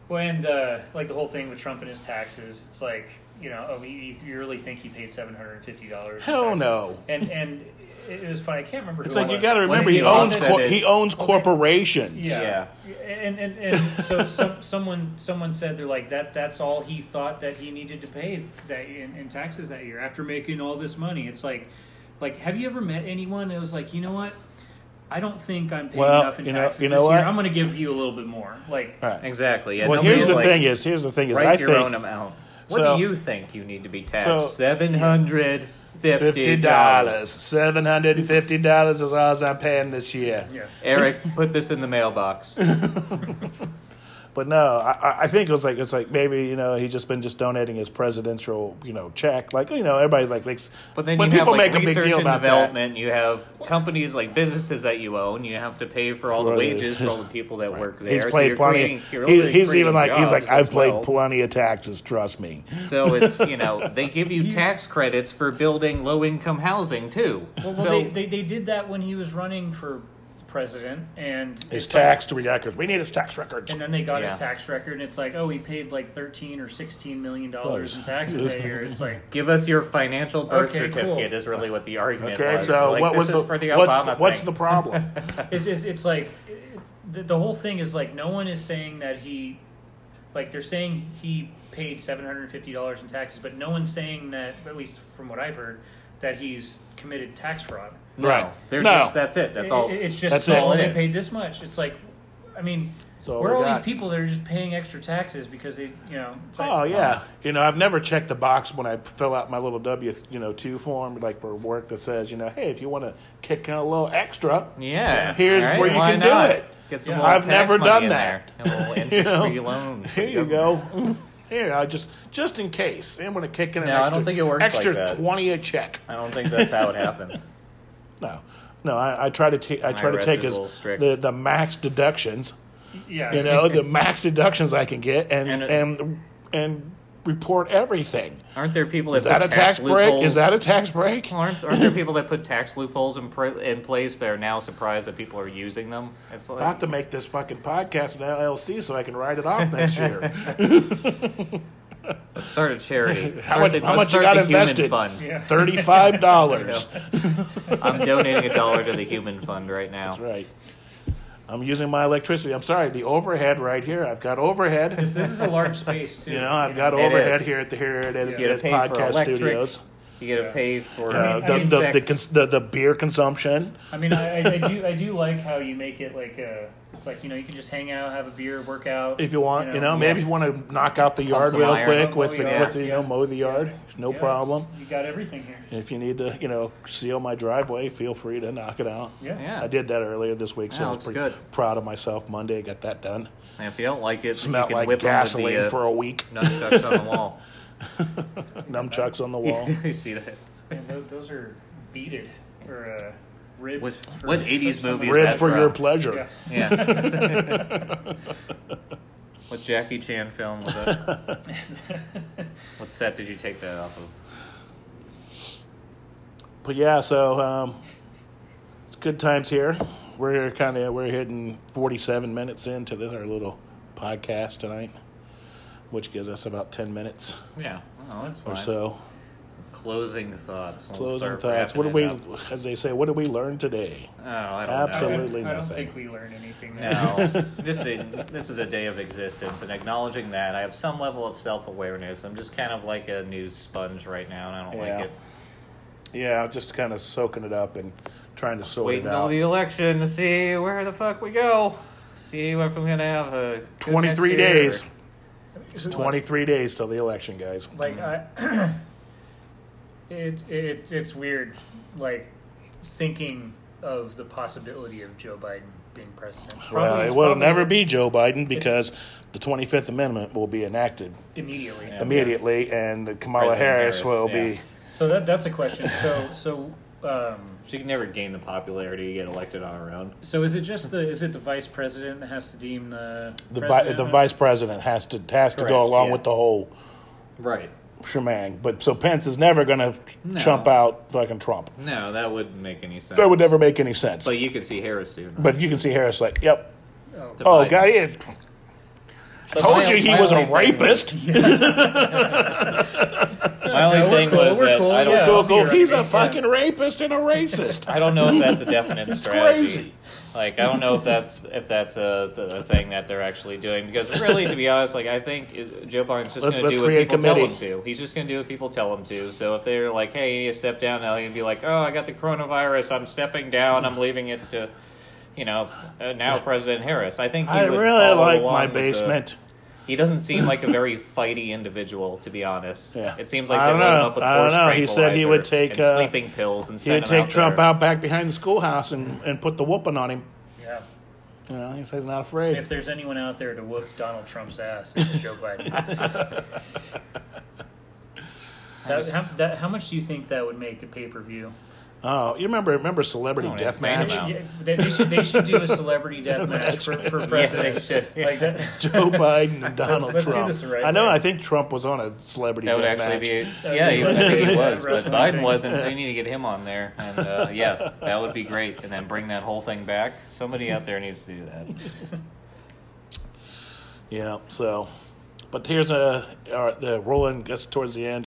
[SPEAKER 2] Well, and uh, like the whole thing with Trump and his taxes, it's like you know, oh, you, you really think he paid seven hundred and fifty dollars?
[SPEAKER 1] Hell no.
[SPEAKER 2] And and it, it was funny. I can't remember.
[SPEAKER 1] It's
[SPEAKER 2] who
[SPEAKER 1] like
[SPEAKER 2] it
[SPEAKER 1] you
[SPEAKER 2] was.
[SPEAKER 1] got to
[SPEAKER 3] What if
[SPEAKER 1] remember
[SPEAKER 3] he
[SPEAKER 1] he owns
[SPEAKER 3] offset
[SPEAKER 1] cor-
[SPEAKER 3] it?
[SPEAKER 1] he owns corporations.
[SPEAKER 2] Yeah. And, and and so [laughs] some someone someone said they're like that that's all he thought that he needed to pay that in, in taxes that year after making all this money. It's like like have you ever met anyone that was like, you know what? I don't think I'm paying
[SPEAKER 1] Well,
[SPEAKER 2] enough in
[SPEAKER 1] you know-
[SPEAKER 2] taxes
[SPEAKER 1] you know
[SPEAKER 2] this
[SPEAKER 1] what?
[SPEAKER 2] year. I'm going to give you a little bit more. Like,
[SPEAKER 1] All right.
[SPEAKER 3] Exactly. Yeah,
[SPEAKER 1] Well,
[SPEAKER 3] nobody
[SPEAKER 1] here's the
[SPEAKER 3] like,
[SPEAKER 1] thing is here's the thing is
[SPEAKER 3] write
[SPEAKER 1] I
[SPEAKER 3] your own
[SPEAKER 1] think
[SPEAKER 3] amount. What
[SPEAKER 1] So-
[SPEAKER 3] do you think you need to be
[SPEAKER 1] So-
[SPEAKER 3] taxed? Seven hundred
[SPEAKER 1] fifty
[SPEAKER 3] fifty
[SPEAKER 1] dollars,
[SPEAKER 3] dollars.
[SPEAKER 1] seven hundred and fifty dollars is all I'm paying this year.
[SPEAKER 2] yeah,
[SPEAKER 3] Eric, put this in
[SPEAKER 1] [laughs]
[SPEAKER 3] the mailbox.
[SPEAKER 1] But no, I, I- I think it was like it's like maybe you know he's just been just donating his presidential you know check like you know everybody like makes
[SPEAKER 3] But then
[SPEAKER 1] when
[SPEAKER 3] you
[SPEAKER 1] people
[SPEAKER 3] have like
[SPEAKER 1] make a big
[SPEAKER 3] research
[SPEAKER 1] deal
[SPEAKER 3] and
[SPEAKER 1] about that.
[SPEAKER 3] development. You have companies like businesses that you own. You have to pay for all
[SPEAKER 1] For
[SPEAKER 3] the
[SPEAKER 1] the-
[SPEAKER 3] wages for all the people that work there.
[SPEAKER 1] He's
[SPEAKER 3] so
[SPEAKER 1] played
[SPEAKER 3] you're
[SPEAKER 1] plenty.
[SPEAKER 3] creating- you're
[SPEAKER 1] he,
[SPEAKER 3] really
[SPEAKER 1] he's
[SPEAKER 3] creating
[SPEAKER 1] even like he's
[SPEAKER 3] jobs
[SPEAKER 1] like
[SPEAKER 3] as
[SPEAKER 1] I've played
[SPEAKER 3] well.
[SPEAKER 1] plenty of taxes. Trust me.
[SPEAKER 3] So it's
[SPEAKER 1] [laughs]
[SPEAKER 3] you know they give you
[SPEAKER 2] He's-
[SPEAKER 3] tax credits for building low income housing too.
[SPEAKER 2] well, well,
[SPEAKER 3] so
[SPEAKER 2] they, they they did that when he was running for president, and
[SPEAKER 1] His tax records. We need his tax records.
[SPEAKER 2] and then they got
[SPEAKER 3] Yeah.
[SPEAKER 2] his tax record, and it's like, oh, he paid like thirteen or sixteen million dollars in taxes that year. It's like,
[SPEAKER 3] give us your financial birth
[SPEAKER 2] Okay, cool.
[SPEAKER 3] certificate is really what the argument
[SPEAKER 1] Okay,
[SPEAKER 3] was.
[SPEAKER 1] so
[SPEAKER 3] Like,
[SPEAKER 1] what
[SPEAKER 3] this
[SPEAKER 1] was
[SPEAKER 3] is
[SPEAKER 1] the,
[SPEAKER 3] for the
[SPEAKER 1] what's
[SPEAKER 3] Obama
[SPEAKER 1] the, what's
[SPEAKER 3] thing.
[SPEAKER 1] the problem?
[SPEAKER 2] it's, it's, it's like the, the whole thing is like no one is saying that he like they're saying he paid $750 in taxes but no one's saying that at least from what i've heard that he's committed tax fraud
[SPEAKER 3] [laughs] No,
[SPEAKER 1] Right.
[SPEAKER 3] they're
[SPEAKER 1] No.
[SPEAKER 3] just that's it. That's
[SPEAKER 2] It-
[SPEAKER 3] all.
[SPEAKER 2] it- it's just
[SPEAKER 1] That's
[SPEAKER 2] they
[SPEAKER 1] it.
[SPEAKER 2] only
[SPEAKER 3] It is.
[SPEAKER 2] paid this much it's like i mean
[SPEAKER 1] So
[SPEAKER 2] where are
[SPEAKER 1] we
[SPEAKER 2] all
[SPEAKER 1] got-
[SPEAKER 2] these people that are just paying extra taxes because they you know it's like,
[SPEAKER 1] Oh
[SPEAKER 3] Uh-huh.
[SPEAKER 1] yeah, you know I've never checked the box when I fill out my little W you know two form like for work that says you know hey if you want to kick in a little extra
[SPEAKER 3] yeah.
[SPEAKER 1] Here's
[SPEAKER 3] all right,
[SPEAKER 1] where you
[SPEAKER 3] why
[SPEAKER 1] can do
[SPEAKER 3] not?
[SPEAKER 1] it.
[SPEAKER 3] Get some
[SPEAKER 2] Yeah.
[SPEAKER 3] little
[SPEAKER 1] I've
[SPEAKER 3] tax
[SPEAKER 1] never
[SPEAKER 3] money
[SPEAKER 1] done
[SPEAKER 3] in
[SPEAKER 1] that.
[SPEAKER 3] there. A
[SPEAKER 1] [laughs]
[SPEAKER 3] little
[SPEAKER 1] You know,
[SPEAKER 3] interest-free loan. from
[SPEAKER 1] Here
[SPEAKER 3] the
[SPEAKER 1] you go.
[SPEAKER 3] government.
[SPEAKER 1] [laughs] Here I just just in case I'm going to kick in an
[SPEAKER 3] No, I
[SPEAKER 1] extra
[SPEAKER 3] don't think it works like
[SPEAKER 1] extra
[SPEAKER 3] that.
[SPEAKER 1] twenty a check.
[SPEAKER 3] I don't think that's how it happens.
[SPEAKER 1] No, no I, I try to take I try to
[SPEAKER 3] IRS
[SPEAKER 1] take
[SPEAKER 3] is a
[SPEAKER 1] his,
[SPEAKER 3] little strict.
[SPEAKER 1] the the max deductions.
[SPEAKER 2] yeah
[SPEAKER 1] You know
[SPEAKER 3] [laughs]
[SPEAKER 1] the max deductions I can get and
[SPEAKER 3] And it-
[SPEAKER 1] and and report everything.
[SPEAKER 3] [laughs] Aren't there people that
[SPEAKER 1] Is that a
[SPEAKER 3] put
[SPEAKER 1] tax break? Is
[SPEAKER 3] loopholes-
[SPEAKER 1] that a tax break?
[SPEAKER 3] Well, Aren't, aren't there people that put tax loopholes in, pr- in place that are now surprised that people are using them? It's like,
[SPEAKER 1] about to make this fucking podcast an LLC so I can write it off next
[SPEAKER 3] [laughs]
[SPEAKER 1] year. [laughs]
[SPEAKER 3] let's start a charity. Start
[SPEAKER 1] much- [laughs]
[SPEAKER 3] the-
[SPEAKER 1] how much
[SPEAKER 3] let's
[SPEAKER 1] you
[SPEAKER 3] start
[SPEAKER 1] got
[SPEAKER 3] the human
[SPEAKER 1] invested?
[SPEAKER 3] Fund.
[SPEAKER 2] yeah
[SPEAKER 1] Thirty-five dollars.
[SPEAKER 3] [laughs] I'm donating a dollar
[SPEAKER 1] [laughs]
[SPEAKER 3] to the human fund right now.
[SPEAKER 1] That's right. I'm using my electricity. I'm sorry, the overhead right here. I've got overhead.
[SPEAKER 2] this, this is a large space
[SPEAKER 1] [laughs]
[SPEAKER 2] too
[SPEAKER 1] You know, I've got
[SPEAKER 3] It
[SPEAKER 1] overhead
[SPEAKER 3] is.
[SPEAKER 1] here at the here at, at,
[SPEAKER 3] You gotta
[SPEAKER 1] at
[SPEAKER 3] pay for
[SPEAKER 1] podcast
[SPEAKER 3] electric, [laughs]
[SPEAKER 1] studios.
[SPEAKER 3] You got to pay for
[SPEAKER 1] Uh, the, the, the,
[SPEAKER 3] insects.
[SPEAKER 1] cons- the, the beer consumption.
[SPEAKER 2] I mean, I, I, I do, I do like how you make it like a. It's like you know, you can just hang out, have a beer, work out
[SPEAKER 1] If you want, you know, maybe if you want to knock out the yard
[SPEAKER 3] some
[SPEAKER 1] real
[SPEAKER 3] iron.
[SPEAKER 1] quick
[SPEAKER 2] Mow
[SPEAKER 1] with
[SPEAKER 2] the
[SPEAKER 1] the,
[SPEAKER 2] yard,
[SPEAKER 1] with the you know
[SPEAKER 2] yeah.
[SPEAKER 1] mow the yard, no
[SPEAKER 2] Yeah, it's-
[SPEAKER 1] problem.
[SPEAKER 2] You got everything here.
[SPEAKER 1] If you need to, you know, seal my driveway, feel free to knock it out.
[SPEAKER 2] Yeah.
[SPEAKER 3] yeah.
[SPEAKER 1] I did that earlier this week, so
[SPEAKER 3] Yeah,
[SPEAKER 1] I was
[SPEAKER 3] looks
[SPEAKER 1] pretty
[SPEAKER 3] good.
[SPEAKER 1] proud of myself. Monday, got that done.
[SPEAKER 3] And if you don't like it, you
[SPEAKER 1] Smelled
[SPEAKER 3] can
[SPEAKER 1] like
[SPEAKER 3] whip 'em with
[SPEAKER 1] gasoline
[SPEAKER 3] the, uh,
[SPEAKER 1] for a week.
[SPEAKER 3] [laughs] nunchucks on the
[SPEAKER 1] [laughs]
[SPEAKER 3] wall.
[SPEAKER 1] Nunchucks
[SPEAKER 3] [laughs]
[SPEAKER 1] on the wall.
[SPEAKER 3] you see that?
[SPEAKER 2] Man, tho- those are beaded or uh, ribbed.
[SPEAKER 3] What-
[SPEAKER 2] for-
[SPEAKER 3] what 80s
[SPEAKER 2] some- some-
[SPEAKER 3] movie is
[SPEAKER 1] Rib
[SPEAKER 3] that
[SPEAKER 1] for
[SPEAKER 3] from?
[SPEAKER 1] your pleasure.
[SPEAKER 2] Yeah.
[SPEAKER 3] Yeah.
[SPEAKER 1] [laughs]
[SPEAKER 3] what Jackie Chan film was that?
[SPEAKER 1] [laughs]
[SPEAKER 3] [laughs]
[SPEAKER 2] [laughs]
[SPEAKER 3] what set did you take that off of?
[SPEAKER 1] But yeah, so um, it's good times here. We're kind of we're hitting 47 minutes into this our little podcast tonight, which gives us about 10 minutes
[SPEAKER 3] Yeah. Well, that's fine.
[SPEAKER 1] or so.
[SPEAKER 3] Closing thoughts. We'll
[SPEAKER 1] Closing
[SPEAKER 3] start
[SPEAKER 1] thoughts. What did we,
[SPEAKER 3] wrapping it
[SPEAKER 1] as they say, what did we learn today?
[SPEAKER 3] up. Oh, I don't
[SPEAKER 2] I
[SPEAKER 1] Absolutely.
[SPEAKER 2] don't- I don't
[SPEAKER 1] nothing.
[SPEAKER 2] think we learned anything.
[SPEAKER 1] [laughs]
[SPEAKER 2] there.
[SPEAKER 3] Know. No. just a, this is a day of existence, and acknowledging that I have some level of self awareness. I'm just kind of like a news sponge right now, and I don't
[SPEAKER 1] Yeah.
[SPEAKER 3] like it.
[SPEAKER 1] Yeah, just kind of soaking it up and trying to sort
[SPEAKER 3] Wait
[SPEAKER 1] it
[SPEAKER 3] until
[SPEAKER 1] out.
[SPEAKER 3] the election to see where the fuck we go. See if I'm gonna have a good next
[SPEAKER 1] 23
[SPEAKER 3] year.
[SPEAKER 1] days. It's 23 days till the election, guys.
[SPEAKER 2] Like I, [clears throat] it, it it's weird. Like thinking of the possibility of Joe Biden being president. It's probably-
[SPEAKER 1] Well,
[SPEAKER 2] it's
[SPEAKER 1] it will
[SPEAKER 2] probably
[SPEAKER 1] never be Joe Biden because the 25th Amendment will be enacted
[SPEAKER 2] immediately.
[SPEAKER 3] Oh, Yeah.
[SPEAKER 1] immediately, and the Kamala
[SPEAKER 3] President
[SPEAKER 1] Harris,
[SPEAKER 3] Harris,
[SPEAKER 1] will
[SPEAKER 3] yeah.
[SPEAKER 1] be.
[SPEAKER 2] So that that's a question. So so. Um,
[SPEAKER 3] She can never gain the popularity to get elected on her own.
[SPEAKER 2] So is it just the is it the vice president that has to deem the
[SPEAKER 1] The, vi-
[SPEAKER 2] president?
[SPEAKER 1] the vice president has to has to go
[SPEAKER 3] Correct,
[SPEAKER 1] along
[SPEAKER 3] yeah.
[SPEAKER 1] with the whole
[SPEAKER 3] Right.
[SPEAKER 1] shemang. But so Pence is never going to
[SPEAKER 3] No.
[SPEAKER 1] chump out fucking Trump.
[SPEAKER 3] No, that wouldn't make any sense.
[SPEAKER 1] That would never make any sense.
[SPEAKER 3] But you could see Harris soon.
[SPEAKER 1] But you can see Harris like, yep.
[SPEAKER 2] Oh,
[SPEAKER 3] To
[SPEAKER 1] Oh,
[SPEAKER 3] Biden.
[SPEAKER 1] God, yeah.
[SPEAKER 3] But
[SPEAKER 1] Told
[SPEAKER 3] my-
[SPEAKER 1] you he
[SPEAKER 3] my
[SPEAKER 1] was a
[SPEAKER 3] only thing
[SPEAKER 1] rapist.
[SPEAKER 3] My only
[SPEAKER 2] we're
[SPEAKER 3] thing
[SPEAKER 2] cool,
[SPEAKER 3] was
[SPEAKER 2] we're
[SPEAKER 3] that
[SPEAKER 2] cool,
[SPEAKER 3] I don't.
[SPEAKER 2] yeah.
[SPEAKER 1] Cool, cool.
[SPEAKER 2] you're
[SPEAKER 1] oh, He's
[SPEAKER 2] right,
[SPEAKER 1] a
[SPEAKER 3] uh,
[SPEAKER 2] yeah.
[SPEAKER 1] fucking rapist and a
[SPEAKER 3] [laughs]
[SPEAKER 1] racist.
[SPEAKER 3] I don't know
[SPEAKER 1] [laughs]
[SPEAKER 3] if that's a definite strategy.
[SPEAKER 1] crazy.
[SPEAKER 3] Like I don't know if that's if that's a, a thing that they're actually doing because really, to be honest, like I think it- Joe Biden's just
[SPEAKER 1] Let's-
[SPEAKER 3] going
[SPEAKER 1] let's
[SPEAKER 3] to do what
[SPEAKER 1] create a
[SPEAKER 3] people tell him
[SPEAKER 1] committee.
[SPEAKER 3] to. He's just going to do what people tell him to. So if they're like, "Hey, you need to step down," now he'd be like, "Oh, I got the coronavirus. I'm stepping down. I'm leaving it to you know, uh, now President Harris. I think he
[SPEAKER 1] I
[SPEAKER 3] would
[SPEAKER 1] really
[SPEAKER 3] follow
[SPEAKER 1] like
[SPEAKER 3] along
[SPEAKER 1] my
[SPEAKER 3] with the-
[SPEAKER 1] basement.
[SPEAKER 3] he doesn't seem like a
[SPEAKER 1] [laughs]
[SPEAKER 3] very fighty individual, to be honest.
[SPEAKER 1] Yeah.
[SPEAKER 3] It seems like
[SPEAKER 1] I
[SPEAKER 3] they
[SPEAKER 1] don't
[SPEAKER 3] load him
[SPEAKER 1] know.
[SPEAKER 3] up with
[SPEAKER 1] I don't
[SPEAKER 3] horse
[SPEAKER 1] know. He said he would
[SPEAKER 3] tranquilizer
[SPEAKER 1] take,
[SPEAKER 3] and
[SPEAKER 1] uh,
[SPEAKER 3] sleeping pills and
[SPEAKER 1] He'd
[SPEAKER 3] send him
[SPEAKER 1] take
[SPEAKER 3] out
[SPEAKER 1] Trump
[SPEAKER 3] there.
[SPEAKER 1] out back behind the schoolhouse and, and put the whooping on him.
[SPEAKER 2] Yeah.
[SPEAKER 1] You know, he says he's not afraid.
[SPEAKER 2] If there's anyone out there to whoop Donald Trump's ass, it's Joe
[SPEAKER 3] [laughs]
[SPEAKER 2] Biden. That- how, that- how much do you think that would make a pay per view?
[SPEAKER 1] Oh, you remember remember Celebrity
[SPEAKER 3] Oh,
[SPEAKER 1] death
[SPEAKER 3] insane
[SPEAKER 1] Deathmatch?
[SPEAKER 3] amount.
[SPEAKER 2] Yeah, they, they should, they should do a
[SPEAKER 3] [laughs]
[SPEAKER 2] celebrity death match for, for
[SPEAKER 3] Yeah,
[SPEAKER 2] president.
[SPEAKER 3] they should.
[SPEAKER 2] Like
[SPEAKER 1] [laughs]
[SPEAKER 2] that,
[SPEAKER 1] Joe Biden and Donald
[SPEAKER 2] let's do
[SPEAKER 1] Trump.
[SPEAKER 2] this the right
[SPEAKER 1] I know.
[SPEAKER 2] way.
[SPEAKER 1] I think Trump was on a Celebrity
[SPEAKER 3] That would
[SPEAKER 1] death
[SPEAKER 3] actually
[SPEAKER 1] match.
[SPEAKER 2] [laughs]
[SPEAKER 3] be,
[SPEAKER 2] would
[SPEAKER 3] yeah,
[SPEAKER 2] be
[SPEAKER 3] he,
[SPEAKER 2] a
[SPEAKER 3] I think he
[SPEAKER 2] good
[SPEAKER 3] was, but
[SPEAKER 2] wrestling
[SPEAKER 3] Biden
[SPEAKER 2] thing.
[SPEAKER 3] wasn't, so we need to get him on there, and uh, yeah, that would be great, and then bring that whole thing back. Somebody out there needs to do that.
[SPEAKER 1] Yeah. So, but here's a all right, the uh, rolling gets towards the end.